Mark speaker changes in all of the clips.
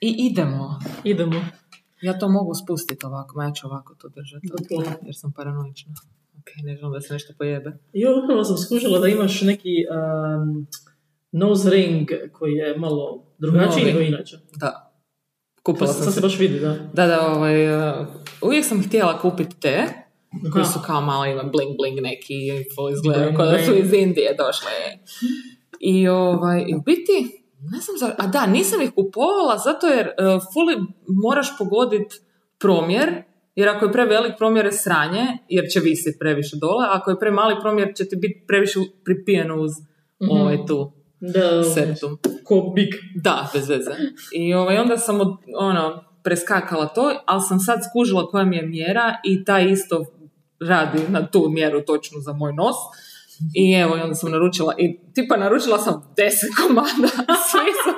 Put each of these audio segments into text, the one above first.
Speaker 1: I idemo.
Speaker 2: Idemo.
Speaker 1: Ja to mogu spustiti ovako, ma ja ću ovako to držati.
Speaker 2: Dobro.
Speaker 1: Jer sam paranoična. Ok, ne želim da se nešto pojebe.
Speaker 2: Jo, upravo sam skužila da imaš neki um, nose ring koji je malo drugačiji
Speaker 1: Novi.
Speaker 2: nego inače.
Speaker 1: Da.
Speaker 2: Pa
Speaker 1: Kupila Znači? sam
Speaker 2: sad se
Speaker 1: se.
Speaker 2: baš vidi, da.
Speaker 1: Da, da, ovaj, uh, uvijek sam htjela kupiti te, koji
Speaker 2: Aha.
Speaker 1: su kao malo ima bling bling neki, full
Speaker 2: Bling
Speaker 1: izgledaju kao da su
Speaker 2: bling.
Speaker 1: iz Indije došle. I ovaj, i u biti, ne znam za, a da, nisam ih kupovala zato jer uh, fuli moraš pogoditi promjer, jer ako je prevelik promjer je sranje, jer će visit previše dole, a ako je premali promjer će ti biti previše u- pripijeno uz
Speaker 2: Mhm.
Speaker 1: ovaj tu
Speaker 2: Da,
Speaker 1: septum.
Speaker 2: ko big.
Speaker 1: Da, bez veze. I ovaj, onda sam od, ono, preskakala to, ali sam sad skužila koja mi je mjera i ta isto radi na tu mjeru točnu za moj nos. I evo, i onda sam naručila, i tipa naručila sam 10 komada, svi su,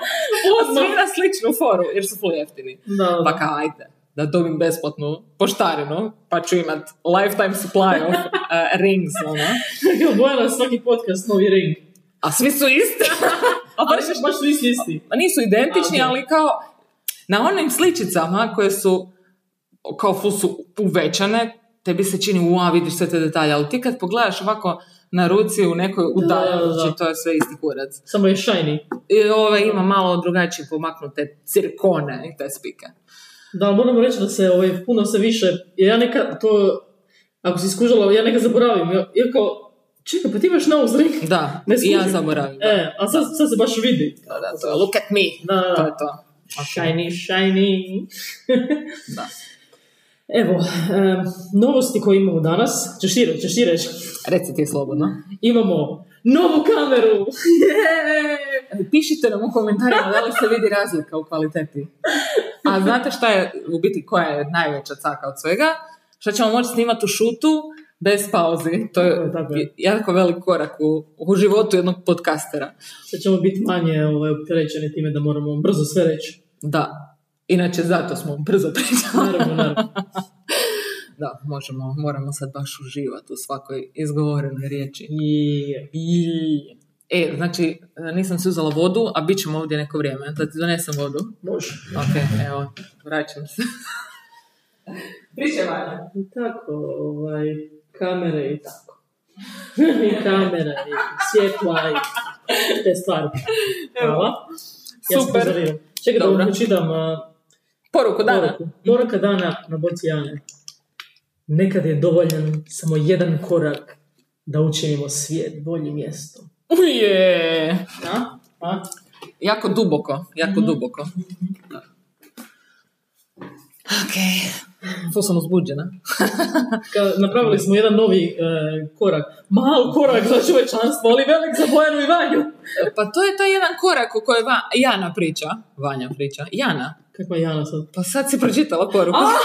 Speaker 1: u, svi na sličnu foru, jer su full jeftini.
Speaker 2: Da, da.
Speaker 1: Pa kao, ajde, da dobim besplatnu poštarinu, pa ću imat lifetime supply of uh, rings, ono.
Speaker 2: Evo, Bojana svaki podcast novi ring.
Speaker 1: A svi su isti. A
Speaker 2: Ali baš su isti isti.
Speaker 1: Ma nisu identični,
Speaker 2: A, ok.
Speaker 1: ali kao na onim sličicama koje su kao ful su uvećane, tebi se čini, ua, vidiš sve te detalje, ali ti kad pogledaš ovako na ruci u nekoj
Speaker 2: da, da.
Speaker 1: udaljenosti, to je sve isti kurac.
Speaker 2: Samo je shiny.
Speaker 1: I ove ima malo drugačije pomaknute cirkone i te spike.
Speaker 2: Da, ali moram reći da se ovaj, puno se više, jer ja nekad to, ako si skužala, ja nekad zaboravim. Ja, ja kao, čekaj, pa ti imaš nose ring?
Speaker 1: Da,
Speaker 2: Ne
Speaker 1: i ja
Speaker 2: skužim.
Speaker 1: zaboravim. da.
Speaker 2: E, a sad, sad se baš vidi.
Speaker 1: Da, da, to je look at me.
Speaker 2: Da, da,
Speaker 1: To
Speaker 2: da.
Speaker 1: je to. Ok.
Speaker 2: Shiny, shiny.
Speaker 1: Da.
Speaker 2: Evo, em, novosti koje imamo danas, ćeš ti reći, ćeš ti reći.
Speaker 1: Reci ti slobodno.
Speaker 2: Imamo novu kameru!
Speaker 1: Pišite nam u komentarima da li se vidi razlika u kvaliteti. A znate šta je, u biti koja je najveća caka od svega? Što ćemo moći snimati u šutu bez pauzi. To
Speaker 2: Tako je,
Speaker 1: je
Speaker 2: tako je.
Speaker 1: jako velik korak u, u životu jednog podcastera.
Speaker 2: Sad ćemo biti manje ovaj, opterećeni time da moramo brzo sve reći.
Speaker 1: Da. Inače, zato smo brzo pričali.
Speaker 2: Naravno, naravno.
Speaker 1: Da, možemo, moramo sad baš uživati u svakoj izgovorenoj riječi.
Speaker 2: I...
Speaker 1: I... E, znači, nisam si uzela vodu, a bit ćemo ovdje neko vrijeme. Da ti donesem vodu.
Speaker 2: Može.
Speaker 1: Ok, evo, vraćam se. Pričaj, Vanja.
Speaker 2: I tako, ovaj, kamere i tako. I kamera, i svjetla, i te stvari. Hvala. Ja sam
Speaker 1: Super.
Speaker 2: pozdravila. Čekaj da
Speaker 1: Dobro.
Speaker 2: vam pročitam a,
Speaker 1: Poruku dana.
Speaker 2: poruku. Poruka dana na boci Jane. Nekad je dovoljan samo jedan korak da učinimo svijet boljim mjestom.
Speaker 1: Uje.
Speaker 2: A? A?
Speaker 1: Jako duboko, jako
Speaker 2: Mhm.
Speaker 1: duboko. Ok. Ful sam uzbuđena.
Speaker 2: Ka- napravili smo jedan novi e, korak. Mal korak za čovečanstvo, ali velik za Bojanu i Vanju.
Speaker 1: Pa to je taj jedan korak u kojoj Va- Jana priča. Vanja priča. Jana.
Speaker 2: Kakva je Jana sad?
Speaker 1: Pa sad si pročitala poruku.
Speaker 2: Ah!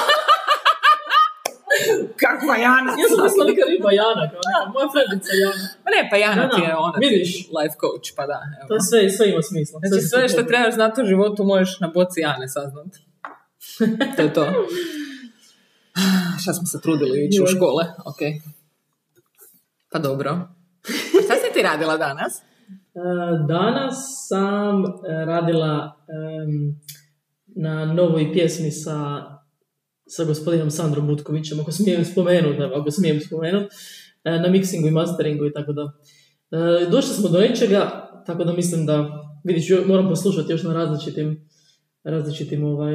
Speaker 1: Kakva Jana?
Speaker 2: Ja sam mislila neka riba Jana, kao neka moja frendica Jana.
Speaker 1: Ma ne, pa Jana
Speaker 2: Da,
Speaker 1: ti je
Speaker 2: da,
Speaker 1: ona, ti
Speaker 2: vidiš.
Speaker 1: life coach, pa da.
Speaker 2: To
Speaker 1: Evo.
Speaker 2: je sve, sve ima smisla.
Speaker 1: Znači
Speaker 2: se
Speaker 1: sve što
Speaker 2: dobro.
Speaker 1: trebaš znati u životu možeš na boci Jane saznat. To je to. Šta smo se trudili ići u
Speaker 2: Joj.
Speaker 1: škole, ok. Pa dobro. A šta si ti radila danas?
Speaker 2: E, Danas sam e, radila em, na novoj pjesmi sa, sa gospodinom Sandrom Butkovićem, ako smijem spomenuti, evo, ako smijem spomenuti, e, na mixingu i masteringu i tako da. E, Došli smo do nečega, tako da mislim da, vidiš, jo- moram poslušati još na različitim, različitim ovaj,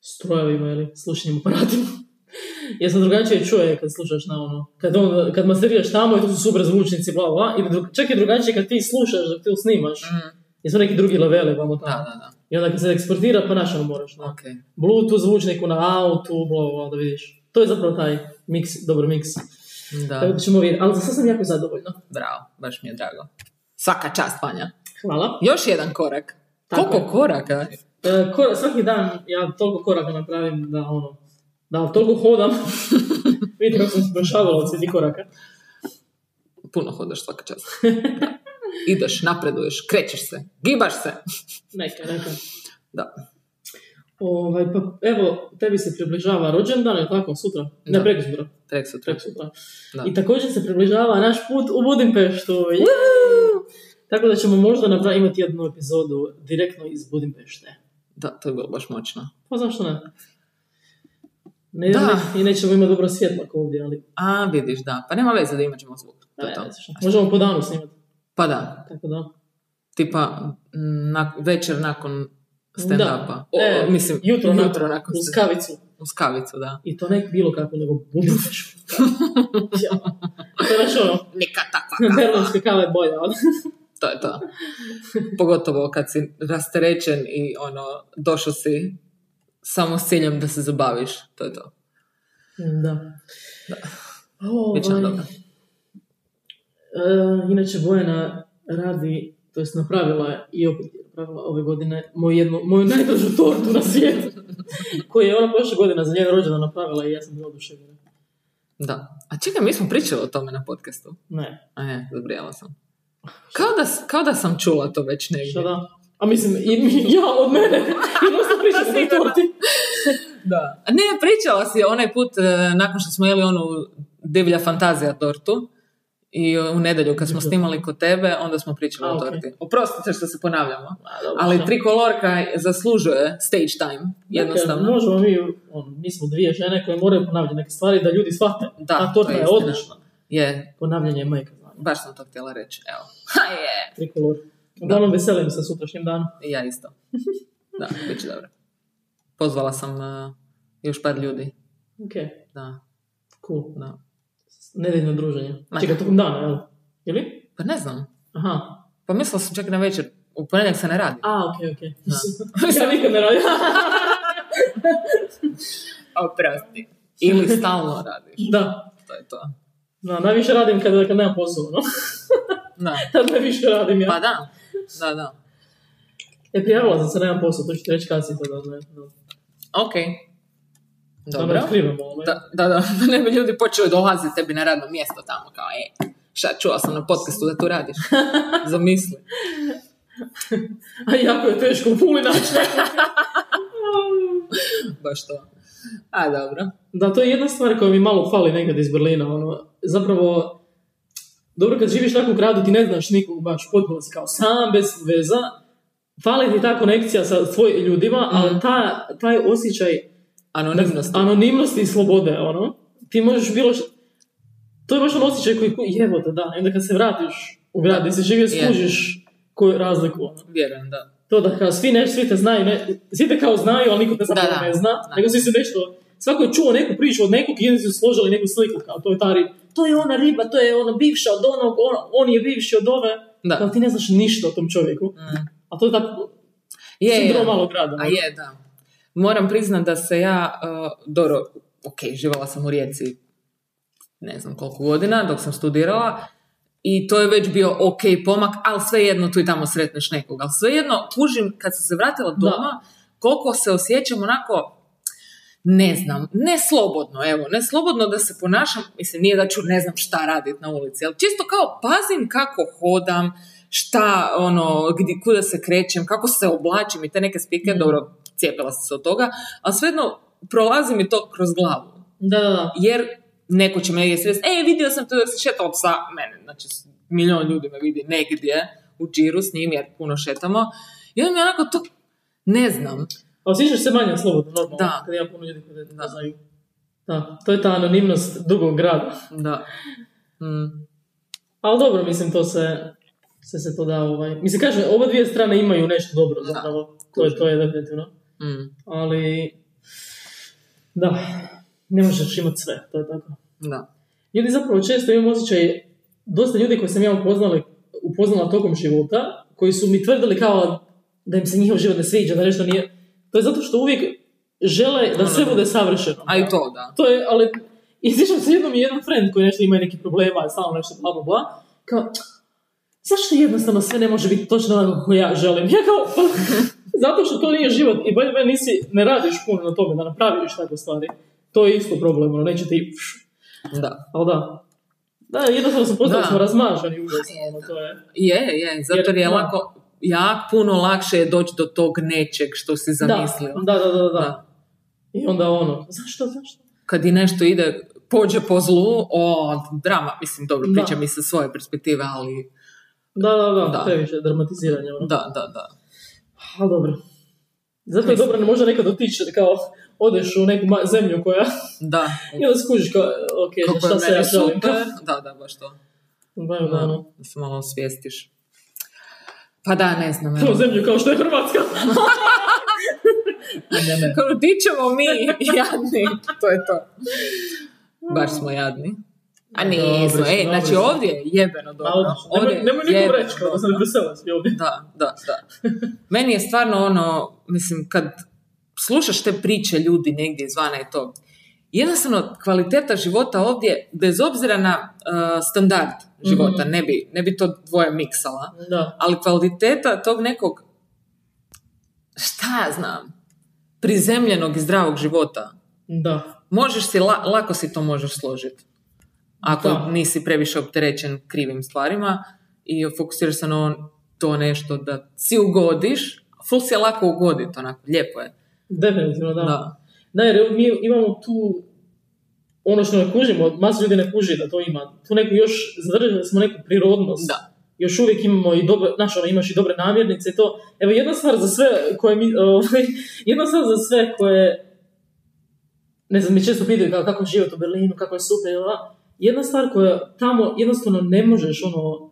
Speaker 2: strojevima ili slušnim aparatima. Jer sam drugačije čuo je kad slušaš na ono, kad, on, kad masteriraš tamo i tu su super zvučnici, bla, bla, ili dru- čak i drugačije kad ti slušaš dok tu snimaš, jer su neki drugi leveli, vamo
Speaker 1: Mm, Da,
Speaker 2: tamo.
Speaker 1: da,
Speaker 2: I onda kad se eksportira, pa naš ono moraš
Speaker 1: da.
Speaker 2: na
Speaker 1: Ok.
Speaker 2: Bluetooth zvučniku, na autu, bla, bla, bla, da vidiš. To je zapravo taj miks, dobar miks. Tako
Speaker 1: Da,
Speaker 2: da ćemo vidjeti, ali za sad sam jako zadovoljna.
Speaker 1: bravo, baš mi je drago. Svaka čast, Vanja.
Speaker 2: Hvala.
Speaker 1: Još jedan korak.
Speaker 2: Tako
Speaker 1: Koliko
Speaker 2: je.
Speaker 1: koraka?
Speaker 2: E, kora- svaki dan ja toliko koraka napravim da ono, da toliko hodam. Vidite kako sam spršavala od svih tih koraka.
Speaker 1: Puno hodaš svaka čast. Da. Ideš, napreduješ, krećeš se, gibaš se.
Speaker 2: Neka, neka.
Speaker 1: Da.
Speaker 2: Ovaj, pa evo, tebi se približava rođendan, je li tako, sutra? Ne,
Speaker 1: Da.
Speaker 2: preko sutra.
Speaker 1: Trek sutra.
Speaker 2: Preko sutra.
Speaker 1: Da.
Speaker 2: I također se približava naš put u Budimpeštu. Je. Tako da ćemo možda napra- imati jednu epizodu direktno iz Budimpešte.
Speaker 1: Da, to je bilo baš moćno.
Speaker 2: Pa zašto ne? Ne,
Speaker 1: Da.
Speaker 2: ne- I nećemo imati dobro svjetlo kao ovdje, ali
Speaker 1: A, vidiš, da. Pa nema veze da imat ćemo zvuk. To
Speaker 2: ne,
Speaker 1: je to.
Speaker 2: ne znam. možemo po danu snimati.
Speaker 1: Pa da,
Speaker 2: Tako da.
Speaker 1: tipa m, na, večer nakon stand-upa.
Speaker 2: Da.
Speaker 1: O,
Speaker 2: E,
Speaker 1: mislim, jutro,
Speaker 2: jutro,
Speaker 1: nakon, nakon
Speaker 2: Uz
Speaker 1: stand-
Speaker 2: kavicu.
Speaker 1: uz kavicu, da.
Speaker 2: I to ne bilo kako, nego budiš. ja. To je baš ono,
Speaker 1: Neka takva
Speaker 2: berlinska kava je bolja. ali-
Speaker 1: To je to. Pogotovo kad si rasterećen i ono, došao si samo s ciljem da se zabaviš. To je to.
Speaker 2: Da.
Speaker 1: Bit će nam
Speaker 2: Ovaj,
Speaker 1: dobro.
Speaker 2: e, inače, Bojana radi, to jest napravila je i opet je napravila ove godine moju, jednu, moju najdražu tortu na svijetu, koju je ona prošle godine za njen rođendan napravila i ja sam bila oduševljena.
Speaker 1: Da. A čekaj, mi smo pričali o tome na podcastu.
Speaker 2: Ne,
Speaker 1: A ne, zabrijala sam. Kao da, s- kao da sam čula to već negdje.
Speaker 2: šta da? A mislim, i, mi- ja od mene, i možda pričam o toj
Speaker 1: Sigurno.
Speaker 2: torti.
Speaker 1: Da. Ne, pričala si onaj put e, nakon što smo jeli onu divlja fantazija tortu i u nedjelju kad smo
Speaker 2: Divlja.
Speaker 1: snimali kod tebe, onda smo pričali
Speaker 2: A,
Speaker 1: o
Speaker 2: okej.
Speaker 1: torti. Oprostite što se ponavljamo.
Speaker 2: A, dobro,
Speaker 1: Ali
Speaker 2: šta?
Speaker 1: trikolorka zaslužuje stage time, jednostavno.
Speaker 2: Dakle, možemo mi, on, mi smo dvije žene koje moraju ponavljati neke stvari da ljudi shvate.
Speaker 1: Da,
Speaker 2: Ta
Speaker 1: to
Speaker 2: torta
Speaker 1: je
Speaker 2: je
Speaker 1: istina.
Speaker 2: odlična.
Speaker 1: Je,
Speaker 2: Ponavljanje je majka znanja.
Speaker 1: baš sam to htjela reći. Evo. Ha, je.
Speaker 2: Trikolor. Uglavnom veselim se sutrašnjem danu.
Speaker 1: I ja isto. Da, bit će dobro. Pozvala sam e, još par ljudi.
Speaker 2: Ok,
Speaker 1: Da,
Speaker 2: cool.
Speaker 1: da.
Speaker 2: Nedeljno druženje.
Speaker 1: Ma
Speaker 2: Čekaj,
Speaker 1: da.
Speaker 2: tokom dana, jel? Ili?
Speaker 1: Pa ne znam.
Speaker 2: Aha.
Speaker 1: Pa mislila sam čak i na večer. U ponedjeljak se ne radi.
Speaker 2: A, okej, okej.
Speaker 1: Da.
Speaker 2: Ja nikad ne radim.
Speaker 1: Oprosti. Ili stalno radiš.
Speaker 2: da.
Speaker 1: To je to.
Speaker 2: Da, najviše radim kada, kad nemam posao, no.
Speaker 1: Da.
Speaker 2: Tad najviše radim ja.
Speaker 1: Pa da. Da, da.
Speaker 2: E, prijavila sam se da nemam posao, to ću ti reći kasnije sada. Ne, da,
Speaker 1: Ok.
Speaker 2: Da ono. ne
Speaker 1: Dobro.
Speaker 2: otkrivam ovo.
Speaker 1: Da, da, da. Ne bi ljudi počeli dolaziti tebi na radno mjesto tamo kao, e, šta čula sam na podcastu da tu radiš. Zamisli.
Speaker 2: A jako je teško u puli naći nekog.
Speaker 1: Baš to. A, dobro.
Speaker 2: Da, to je jedna stvar koja mi malo fali nekad iz Berlina, ono, zapravo, dobro kad živiš tako u gradu ti ne znaš nikog baš potpuno si kao sam, bez veza, fali ti ta konekcija sa svojim ljudima,
Speaker 1: Mhm.
Speaker 2: ali ta, taj osjećaj
Speaker 1: Anonimnost.
Speaker 2: anonimnosti i slobode, ono, ti možeš bilo što, to je baš on osjećaj koji, koji jebote, da, i onda kad se vratiš u grad gdje si živio,
Speaker 1: Je.
Speaker 2: skužiš koju razliku, ono.
Speaker 1: Vjerujem, da.
Speaker 2: To da kao svi, ne, svi te znaju, ne, svi te kao znaju, ali niko te zapravo
Speaker 1: Da, da.
Speaker 2: ne zna,
Speaker 1: Da.
Speaker 2: nego svi se nešto, svako je čuo neku priču od nekog i oni su složili neku sliku, kao to je ta riba, to je ona riba, to je ona bivša od onog, on, on je bivši od ove, kao
Speaker 1: Da.
Speaker 2: ti ne znaš ništa o tom čovjeku,
Speaker 1: Mm.
Speaker 2: a to je tako,
Speaker 1: Je, je.
Speaker 2: sindrom malog grada. ono.
Speaker 1: A je, da. Moram priznat da se ja, uh, dobro, ok, živala sam u Rijeci ne znam koliko godina dok sam studirala i to je već bio ok pomak, ali svejedno tu i tamo sretneš nekog. Ali svejedno, kužim, kad sam se vratila
Speaker 2: Da.
Speaker 1: doma, koliko se osjećam onako, ne znam, ne slobodno, evo, ne slobodno da se ponašam, mislim, nije da ću ne znam šta radit na ulici, ali čisto kao pazim kako hodam, šta, ono, gdje, kuda se krećem, kako se oblačim i te neke spike, dobro, cijepila sam se od toga, ali svejedno prolazi mi to kroz glavu
Speaker 2: Da, da, da.
Speaker 1: jer neko će me svijest, e, vidio sam to dok se šetala psa, mene, znači s- milion ljudi me vidi negdje u džiru s njim, jer puno šetamo, i onda mi onako to, ne znam,
Speaker 2: A osjećaš se manje slobodno, normalno,
Speaker 1: Da.
Speaker 2: kad ima puno ljudi koji te
Speaker 1: Da.
Speaker 2: ne znaju. Da, to je ta anonimnost dugog grada.
Speaker 1: da. Mm,
Speaker 2: Ali dobro, mislim, to se, se, se to da, ovaj... Mislim, kažem, oba dvije strane imaju nešto dobro,
Speaker 1: Da.
Speaker 2: zapravo. To je, to je definitivno.
Speaker 1: mm,
Speaker 2: Ali, da, ne možeš imati sve, to je tako.
Speaker 1: da.
Speaker 2: Ljudi zapravo često imam osjećaj, dosta ljudi koje sam ja upoznala, upoznala tokom života, koji su mi tvrdili kao da im se njihov život ne sviđa, da nešto nije... To je zato što uvijek žele da
Speaker 1: Ono,
Speaker 2: sve
Speaker 1: da.
Speaker 2: bude savršeno.
Speaker 1: A i to, da.
Speaker 2: To je, ali, i sjećam se jednom i jedan friend koji nešto ima neki problema, stalno nešto bla bla bla, kao, zašto jednostavno sve ne može biti točno onako kako ja želim? Ja kao, pa, zato što to nije život i bolje me nisi, ne radiš puno na tome da napraviš takve stvari. To je isto problem, ono, neće ti,
Speaker 1: Da.
Speaker 2: ali da. Da, jednostavno sam postali
Speaker 1: Da.
Speaker 2: smo razmaženi užasno, ono, to je.
Speaker 1: Je, je, zato jer je
Speaker 2: Jer, da.
Speaker 1: lako, jak puno lakše je doći do tog nečeg što si zamislio.
Speaker 2: Da, da, da, da, da.
Speaker 1: Da.
Speaker 2: I onda ono, zašto, zašto?
Speaker 1: Kad i nešto ide, pođe po zlu, o, drama, mislim, dobro,
Speaker 2: Da.
Speaker 1: pričam i sa svoje perspektive, ali
Speaker 2: Da, da, da,
Speaker 1: Da.
Speaker 2: previše dramatiziranja, ono.
Speaker 1: da, da, da.
Speaker 2: Ali dobro. Zato je dobro, ne može nekad otići, jer kao odeš u neku ma- zemlju koja...
Speaker 1: Da.
Speaker 2: I onda skužiš kao, ok,
Speaker 1: Hm. Kako je
Speaker 2: šta se ja
Speaker 1: meni
Speaker 2: želim.
Speaker 1: super. Da, da, baš to.
Speaker 2: Da,
Speaker 1: Da,
Speaker 2: da, ono.
Speaker 1: da se malo osvijestiš. Pa da, ne znam.
Speaker 2: Tu
Speaker 1: evo.
Speaker 2: zemlju kao što je Hrvatska. ne, ne.
Speaker 1: Kao, di ćemo mi, jadni. To je to. Baš smo jadni. A nismo,
Speaker 2: Dobri smo,
Speaker 1: ej,
Speaker 2: dobri
Speaker 1: znači
Speaker 2: smo.
Speaker 1: ovdje je jebeno dobro. Ovdje
Speaker 2: Pa Nemoj,
Speaker 1: je
Speaker 2: nemoj nikom
Speaker 1: jebeno
Speaker 2: reći kao da sam
Speaker 1: dobro.
Speaker 2: Bruselac. jel bi?
Speaker 1: Da, da, da. Meni je stvarno ono, mislim, kad slušaš te priče ljudi negdje izvana i to, jednostavno kvaliteta života ovdje, bez obzira na eh, standard života, ne, bi, ne bi to dvoje miksala,
Speaker 2: Da.
Speaker 1: ali kvaliteta tog nekog, šta ja znam, prizemljenog i zdravog života.
Speaker 2: Da.
Speaker 1: Možeš si, la- lako si to možeš složiti. Ako
Speaker 2: Da.
Speaker 1: nisi previše opterećen krivim stvarima i fokusiraš se na on- to nešto da si ugodiš, ful si je lako ugoditi, onako, lijepo je.
Speaker 2: Definitivno, da.
Speaker 1: Da.
Speaker 2: Da, jer mi imamo tu ono što ne kužimo, masu ljudi ne kuži da to ima. Tu neku još, zadržali smo neku prirodnost.
Speaker 1: Da.
Speaker 2: Još uvijek imamo i dobre, znaš, ono, imaš i dobre namjernice i to. Evo, jedna stvar za sve koje mi, ovaj, jedna stvar za sve koje, ne znam, mi često pitaju kao kako je život u Berlinu, kako je super, jel da? jedna stvar koja tamo jednostavno ne možeš, ono,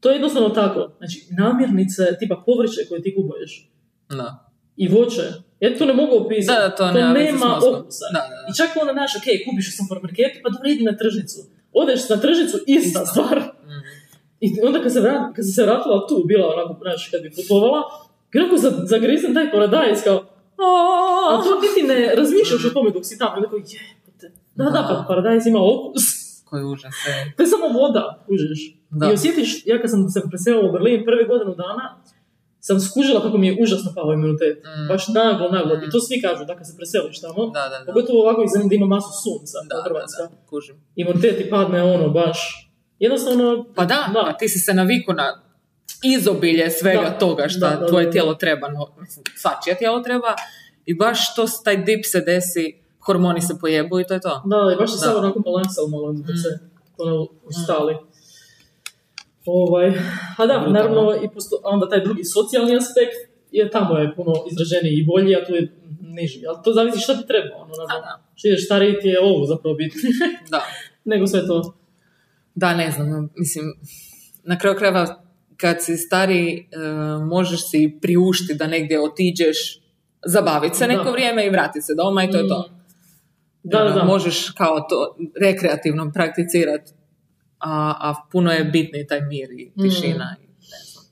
Speaker 2: to je jednostavno tako. Znači, namirnice, tipa povrće koje ti kupuješ,
Speaker 1: Da,
Speaker 2: i voće. Ja to ne mogu opisati.
Speaker 1: Da, da, to nema veze s
Speaker 2: nema
Speaker 1: mozgom.
Speaker 2: okusa.
Speaker 1: Da, da, da.
Speaker 2: I čak onda naš, ok, kupiš u supermarketu, pa dobro idi na tržnicu. Odeš na tržnicu,
Speaker 1: Ista.
Speaker 2: ista stvar.
Speaker 1: Mm.
Speaker 2: I onda kad se, vrat, kad sam se vratila tu, bila onako, znaš, kad bi putovala, i onako za- zagrizem taj paradajz, kao,
Speaker 1: Oh."
Speaker 2: a
Speaker 1: Ah.
Speaker 2: to niti ne razmišljaš o tome dok si tamo, neko, jebote. Da, da,
Speaker 1: Da.
Speaker 2: pa paradajz ima okus.
Speaker 1: koji užas, e.
Speaker 2: To je samo voda, kužiš.
Speaker 1: Da.
Speaker 2: I osjetiš, ja kad sam se preselila u Berlin prve godinu dana, sam skužila kako mi je užasno pao imunitet.
Speaker 1: Mm.
Speaker 2: Baš naglo, naglo. I
Speaker 1: Mm.
Speaker 2: to svi kažu da kad se preseliš tamo,
Speaker 1: Da, da, da.
Speaker 2: pogotovo ovako iz zemlje gdje ima masu sunca,
Speaker 1: Da,
Speaker 2: kao Hrvatska,
Speaker 1: da, da, kužim.
Speaker 2: imunitet ti padne ono baš. Jednostavno,
Speaker 1: Pa da,
Speaker 2: Da.
Speaker 1: pa ti si se naviku na izobilje svega
Speaker 2: Da.
Speaker 1: toga što
Speaker 2: Da, da, da,
Speaker 1: tvoje
Speaker 2: da.
Speaker 1: tijelo treba, no, mislim, svačije tijelo treba i baš to, s- taj dip se desi, hormoni se pojebu i to je to.
Speaker 2: da, i baš se
Speaker 1: Da. Mm.
Speaker 2: samo onako balansao malo onda kad se ono, ustali. Ovaj, a da,
Speaker 1: Brutalno.
Speaker 2: naravno, i posto, a onda taj drugi socijalni aspekt, je tamo je puno izraženiji i bolji, a tu je niži. Ali to zavisi šta ti treba. Ono,
Speaker 1: Da,
Speaker 2: naravno.
Speaker 1: Pa da.
Speaker 2: Što ideš stariji ti je ovo zapravo bitnije
Speaker 1: da.
Speaker 2: nego sve to.
Speaker 1: Da, ne znam, mislim, na kraju krajeva kad si stari e, možeš si priušti da negdje otiđeš, zabaviti se neko
Speaker 2: Da. Mm.
Speaker 1: vrijeme i vratiti se doma i to je to.
Speaker 2: Da, da,
Speaker 1: Ono,
Speaker 2: da.
Speaker 1: Možeš kao to rekreativno prakticirati, a, a puno je bitniji taj mir i
Speaker 2: Mm.
Speaker 1: tišina. i ne znam.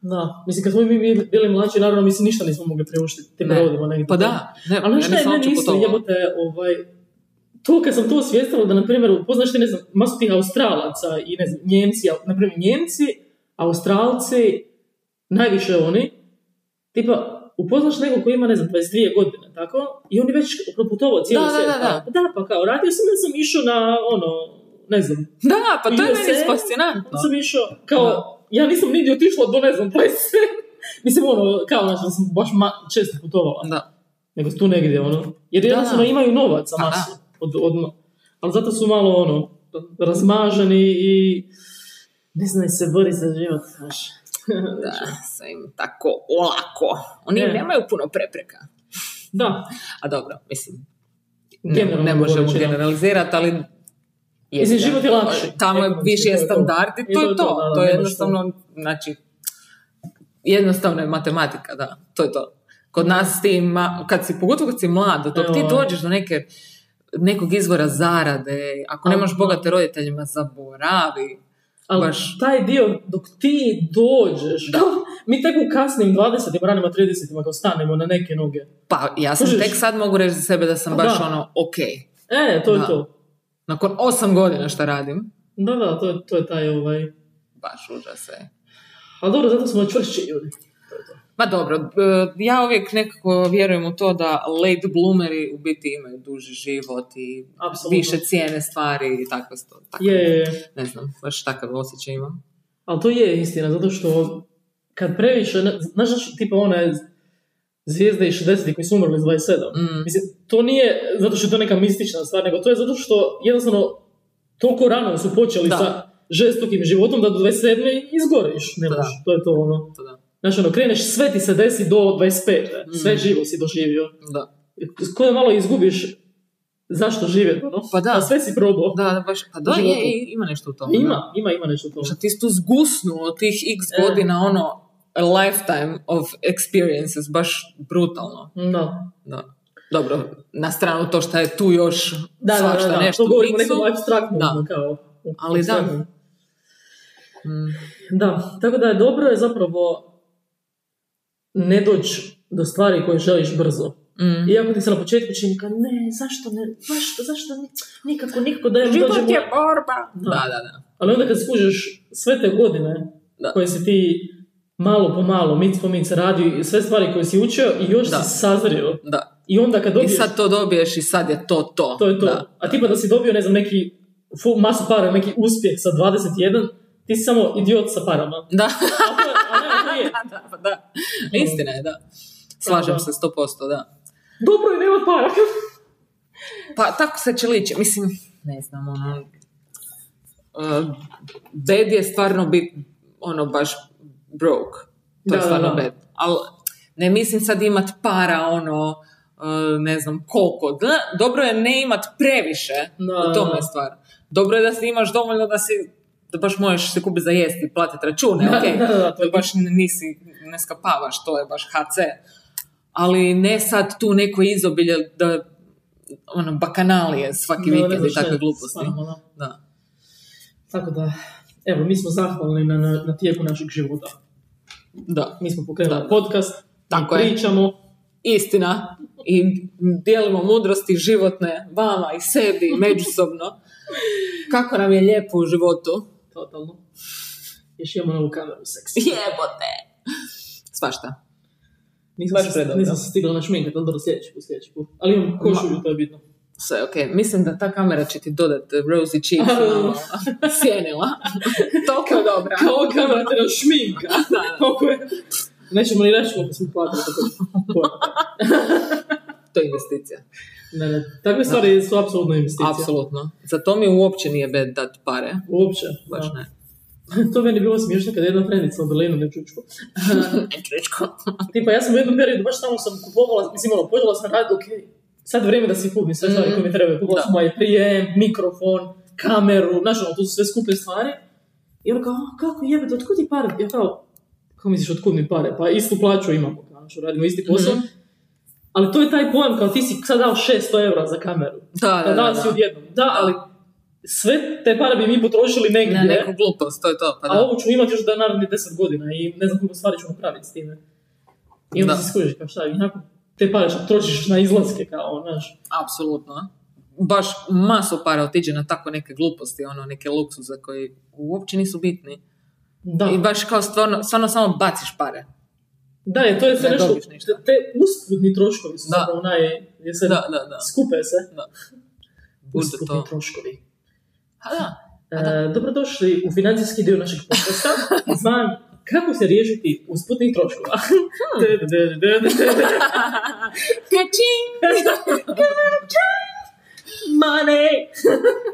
Speaker 2: Da, mislim kad smo mi bili- bili mlađi, naravno mi si ništa nismo mogli priuštiti, tim
Speaker 1: Ne.
Speaker 2: rodima negdje.
Speaker 1: Pa da, ne,
Speaker 2: Ali
Speaker 1: ja
Speaker 2: znaš šta je
Speaker 1: nisam
Speaker 2: meni
Speaker 1: uopće
Speaker 2: isto,
Speaker 1: putovala.
Speaker 2: jebote, ovaj, to kad sam to osvijestila da, na primjer, upoznaš ti, ne znam, masu tih Australaca i, ne znam, Njemci, a- na primjer, Njemci, Australci, najviše oni, tipa, upoznaš nekog koji ima, ne znam, 22 godine, tako, i on je već proputovao cijeli
Speaker 1: Da, da,
Speaker 2: svijet.
Speaker 1: da, da.
Speaker 2: Pa da, pa kao, radio sam da sam išao na, ono, ne znam,
Speaker 1: Da, pa to je
Speaker 2: Vidio se-
Speaker 1: meni fascinantno.
Speaker 2: da. sam išao, kao,
Speaker 1: Da.
Speaker 2: ja nisam nigdje otišla do ne znam, 27. Mislim, ono, kao, znači, da sam baš ma- često putovala.
Speaker 1: Da.
Speaker 2: Nego tu negdje, ono. Jer jednostavno
Speaker 1: da.
Speaker 2: imaju novaca
Speaker 1: Pa da.
Speaker 2: masu. Od, od, ali zato su malo, ono, razmaženi i ne znaju se bori za život, znaš.
Speaker 1: Da, sve im tako olako. Oni
Speaker 2: Ne.
Speaker 1: nemaju puno prepreka.
Speaker 2: Da,
Speaker 1: A dobro, mislim, ne,
Speaker 2: generalno.
Speaker 1: ne možemo
Speaker 2: govoreći, da.
Speaker 1: generalizirati, ali... je-
Speaker 2: Mislim, život je lakši.
Speaker 1: Tamo je
Speaker 2: Ekonomski,
Speaker 1: više
Speaker 2: to je to.
Speaker 1: standard i to je to.
Speaker 2: da,
Speaker 1: To je
Speaker 2: nemaš
Speaker 1: jednostavno, znači, jednostavna je matematika, da, to je to. Kod nas ti, ima- kad si, pogotovo kad si mlad, dok ti
Speaker 2: Evo.
Speaker 1: dođeš do neke, nekog izvora zarade, ako
Speaker 2: A-
Speaker 1: nemaš bogate roditeljima, zaboravi.
Speaker 2: Ali
Speaker 1: baš-
Speaker 2: taj dio, dok ti dođeš, mi tek u kasnim 20-im, ranima 30-ima, kao stanemo na neke noge.
Speaker 1: Pa ja sam
Speaker 2: Kužiš?
Speaker 1: tek sad mogu reći za sebe da sam
Speaker 2: Pa
Speaker 1: baš
Speaker 2: da.
Speaker 1: ono ok.
Speaker 2: E, to
Speaker 1: Da.
Speaker 2: je to.
Speaker 1: Nakon osam godina šta radim,
Speaker 2: Da, da, to je, to je taj ovaj...
Speaker 1: baš užas je.
Speaker 2: Ali dobro, zato smo čvršći ljudi.
Speaker 1: Ma dobro, e, ja uvijek nekako vjerujem u to da late bloomeri u biti imaju duži život i
Speaker 2: Apsolutno.
Speaker 1: više cijene stvari i tako sto. Tako,
Speaker 2: Je, je, je.
Speaker 1: Ne znam, baš takav osjećaj imam.
Speaker 2: Ali to je istina, zato što kad previše, ne- znaš, znaš, tipa one zvijezde iz 60 koji su umrli s 27.
Speaker 1: Mm.
Speaker 2: Mislim, to nije zato što je to neka mistična stvar, nego to je zato što jednostavno toliko rano su počeli
Speaker 1: Da.
Speaker 2: sa žestokim životom da do 27. izgoriš. Ne
Speaker 1: Da.
Speaker 2: možeš, to je to ono.
Speaker 1: To da.
Speaker 2: Znači, ono, kreneš, sve ti se desi do 25. ne? Sve
Speaker 1: Mm.
Speaker 2: živo si doživio.
Speaker 1: Da.
Speaker 2: Koje malo izgubiš zašto živjeti, ono?
Speaker 1: Pa da.
Speaker 2: A sve si probao.
Speaker 1: Da, da, baš, pa da,
Speaker 2: U
Speaker 1: je,
Speaker 2: životu.
Speaker 1: je, ima nešto u tome. da.
Speaker 2: Ima, ima, ima nešto u tome.
Speaker 1: Što ti si tu zgusnuo tih x
Speaker 2: E.
Speaker 1: godina, ono, a lifetime of experiences, baš brutalno.
Speaker 2: Da.
Speaker 1: Da. Dobro, na stranu to što je tu još
Speaker 2: Da, da,
Speaker 1: svašta
Speaker 2: da, da.
Speaker 1: nešto
Speaker 2: To govorimo
Speaker 1: u
Speaker 2: o
Speaker 1: miksu.
Speaker 2: nekom abstraktnom,
Speaker 1: Da.
Speaker 2: ono, kao.
Speaker 1: Ali da.
Speaker 2: abstraktnom.
Speaker 1: Mm,
Speaker 2: Da, tako da je dobro je zapravo ne doći do stvari koje želiš brzo.
Speaker 1: mm.
Speaker 2: Iako ti se na početku čini kao, ne, zašto ne, zašto, zašto, ne, nikako, nikako da ja dođem
Speaker 1: Život
Speaker 2: u-
Speaker 1: je borba.
Speaker 2: Da.
Speaker 1: Da, da, da.
Speaker 2: Ali onda kad skužiš sve te godine
Speaker 1: Da.
Speaker 2: koje si ti malo po malo, mic po mic radio, i sve stvari koje si učio i još
Speaker 1: Da.
Speaker 2: si sazrio.
Speaker 1: da.
Speaker 2: I onda kad
Speaker 1: I
Speaker 2: dobiješ,
Speaker 1: sad to dobiješ i sad je to to.
Speaker 2: to je to.
Speaker 1: Da.
Speaker 2: A tipa da si dobio, ne znam, neki fu- masu para, neki uspjeh sa 21, ti si samo idiot sa parama.
Speaker 1: Da,
Speaker 2: A to je- a ne, to je.
Speaker 1: da, da, da.
Speaker 2: Mm.
Speaker 1: Istina je, da. Slažem se, sto posto, da.
Speaker 2: Dobro je, nema para.
Speaker 1: Pa tako se čeliče, mislim, ne znam, ono, uh, bed je stvarno bit, ono, baš broke. To je
Speaker 2: Da,
Speaker 1: stvarno
Speaker 2: da, da.
Speaker 1: bed. Ali ne mislim sad imat para, ono, uh, ne znam koliko. Da, dobro je ne imat previše,
Speaker 2: Da,
Speaker 1: u tome
Speaker 2: da.
Speaker 1: je stvar. Dobro je da si imaš dovoljno da si da baš možeš se kupiti za jesti i platiti račune,
Speaker 2: Da,
Speaker 1: ok,
Speaker 2: da, da, to je-
Speaker 1: baš nisi, ne skapavaš, to je baš HC. Ali ne sad tu neko izobilje da ono, bakanalije svaki
Speaker 2: Da, ne
Speaker 1: vikend
Speaker 2: znam
Speaker 1: i
Speaker 2: šta
Speaker 1: takve
Speaker 2: je
Speaker 1: gluposti.
Speaker 2: stvarno, da.
Speaker 1: Da.
Speaker 2: Tako da, evo, mi smo zahvalni na, na, na tijeku našeg života.
Speaker 1: da.
Speaker 2: Mi smo pokrenuli
Speaker 1: Da.
Speaker 2: podcast,
Speaker 1: Tako
Speaker 2: mi
Speaker 1: je.
Speaker 2: pričamo,
Speaker 1: Istina. I dijelimo mudrosti životne vama i sebi međusobno. Kako nam je lijepo u životu.
Speaker 2: totalno. Još imamo novu kameru, seksi.
Speaker 1: Jebote. Svašta.
Speaker 2: Nisam,
Speaker 1: Baš
Speaker 2: se,
Speaker 1: predobro.
Speaker 2: nisam se stigla na šminkat, ali dobro, sljedeći put, sljedeći put. Ali imam košulju, to je bitno.
Speaker 1: Sve ok. Mislim da ta kamera će ti dodat rosy cheeks. malo Sjenila. Toliko dobra.
Speaker 2: Kao kamera te na šminka. Koliko je- Nećemo ni reći koliko smo platili. Tako.
Speaker 1: To je investicija.
Speaker 2: Ne, ne. Takve stvari su apsolutno investicija.
Speaker 1: Apsolutno. Za to mi uopće nije bed dat pare.
Speaker 2: Uopće.
Speaker 1: Baš
Speaker 2: da.
Speaker 1: ne.
Speaker 2: to meni je bilo smiješno kada je jedna frendica u Berlinu me čučko. Tipa, ja sam u jednom periodu baš samo sam kupovala, mislim, ono, počela sam raditi, ok, sad je vrijeme da si kupim sve stvari koje
Speaker 1: Mm.
Speaker 2: mi trebaju. Kupovala sam ovaj prijem, mikrofon, kameru, znaš, ono, to su sve skupe stvari. I ono kao, "A, kako jebate, otkud ti pare? Ja kao, kako misliš, otkud mi pare? Pa istu plaću imamo, kao, znaš, radimo znači, isti posao.
Speaker 1: Mhm.
Speaker 2: Ali to je taj pojam, kao ti si sad dao 600 evra za kameru.
Speaker 1: Da,
Speaker 2: Pa
Speaker 1: da, da,
Speaker 2: da, si
Speaker 1: da.
Speaker 2: odjednom. Da, ali sve te pare bi mi potrošili negdje.
Speaker 1: Na neku glupost, to je to. Pa
Speaker 2: A
Speaker 1: da.
Speaker 2: ovo ću imati još da naravni 10 godina i ne znam koliko stvari ću napraviti s time. I onda
Speaker 1: Da.
Speaker 2: se skužiš kao šta, inako te pare što trošiš na izlaske kao, znaš.
Speaker 1: Apsolutno. Baš masu para otiđe na tako neke gluposti, ono, neke luksuze koji uopće nisu bitni.
Speaker 2: Da,
Speaker 1: I baš kao stvarno, stvarno samo baciš pare.
Speaker 2: da je, to je sve
Speaker 1: Ne
Speaker 2: nešto,
Speaker 1: dobiš ništa.
Speaker 2: te usputni troškovi su
Speaker 1: Da.
Speaker 2: zapravo naj, je sve,
Speaker 1: Da, da, da.
Speaker 2: skupe se.
Speaker 1: Bude
Speaker 2: Usputni
Speaker 1: to.
Speaker 2: troškovi.
Speaker 1: A da. A
Speaker 2: E, dobrodošli u financijski dio našeg podcasta zvan Kako se riješiti usputnih troškova.
Speaker 1: Hmm.
Speaker 2: Money!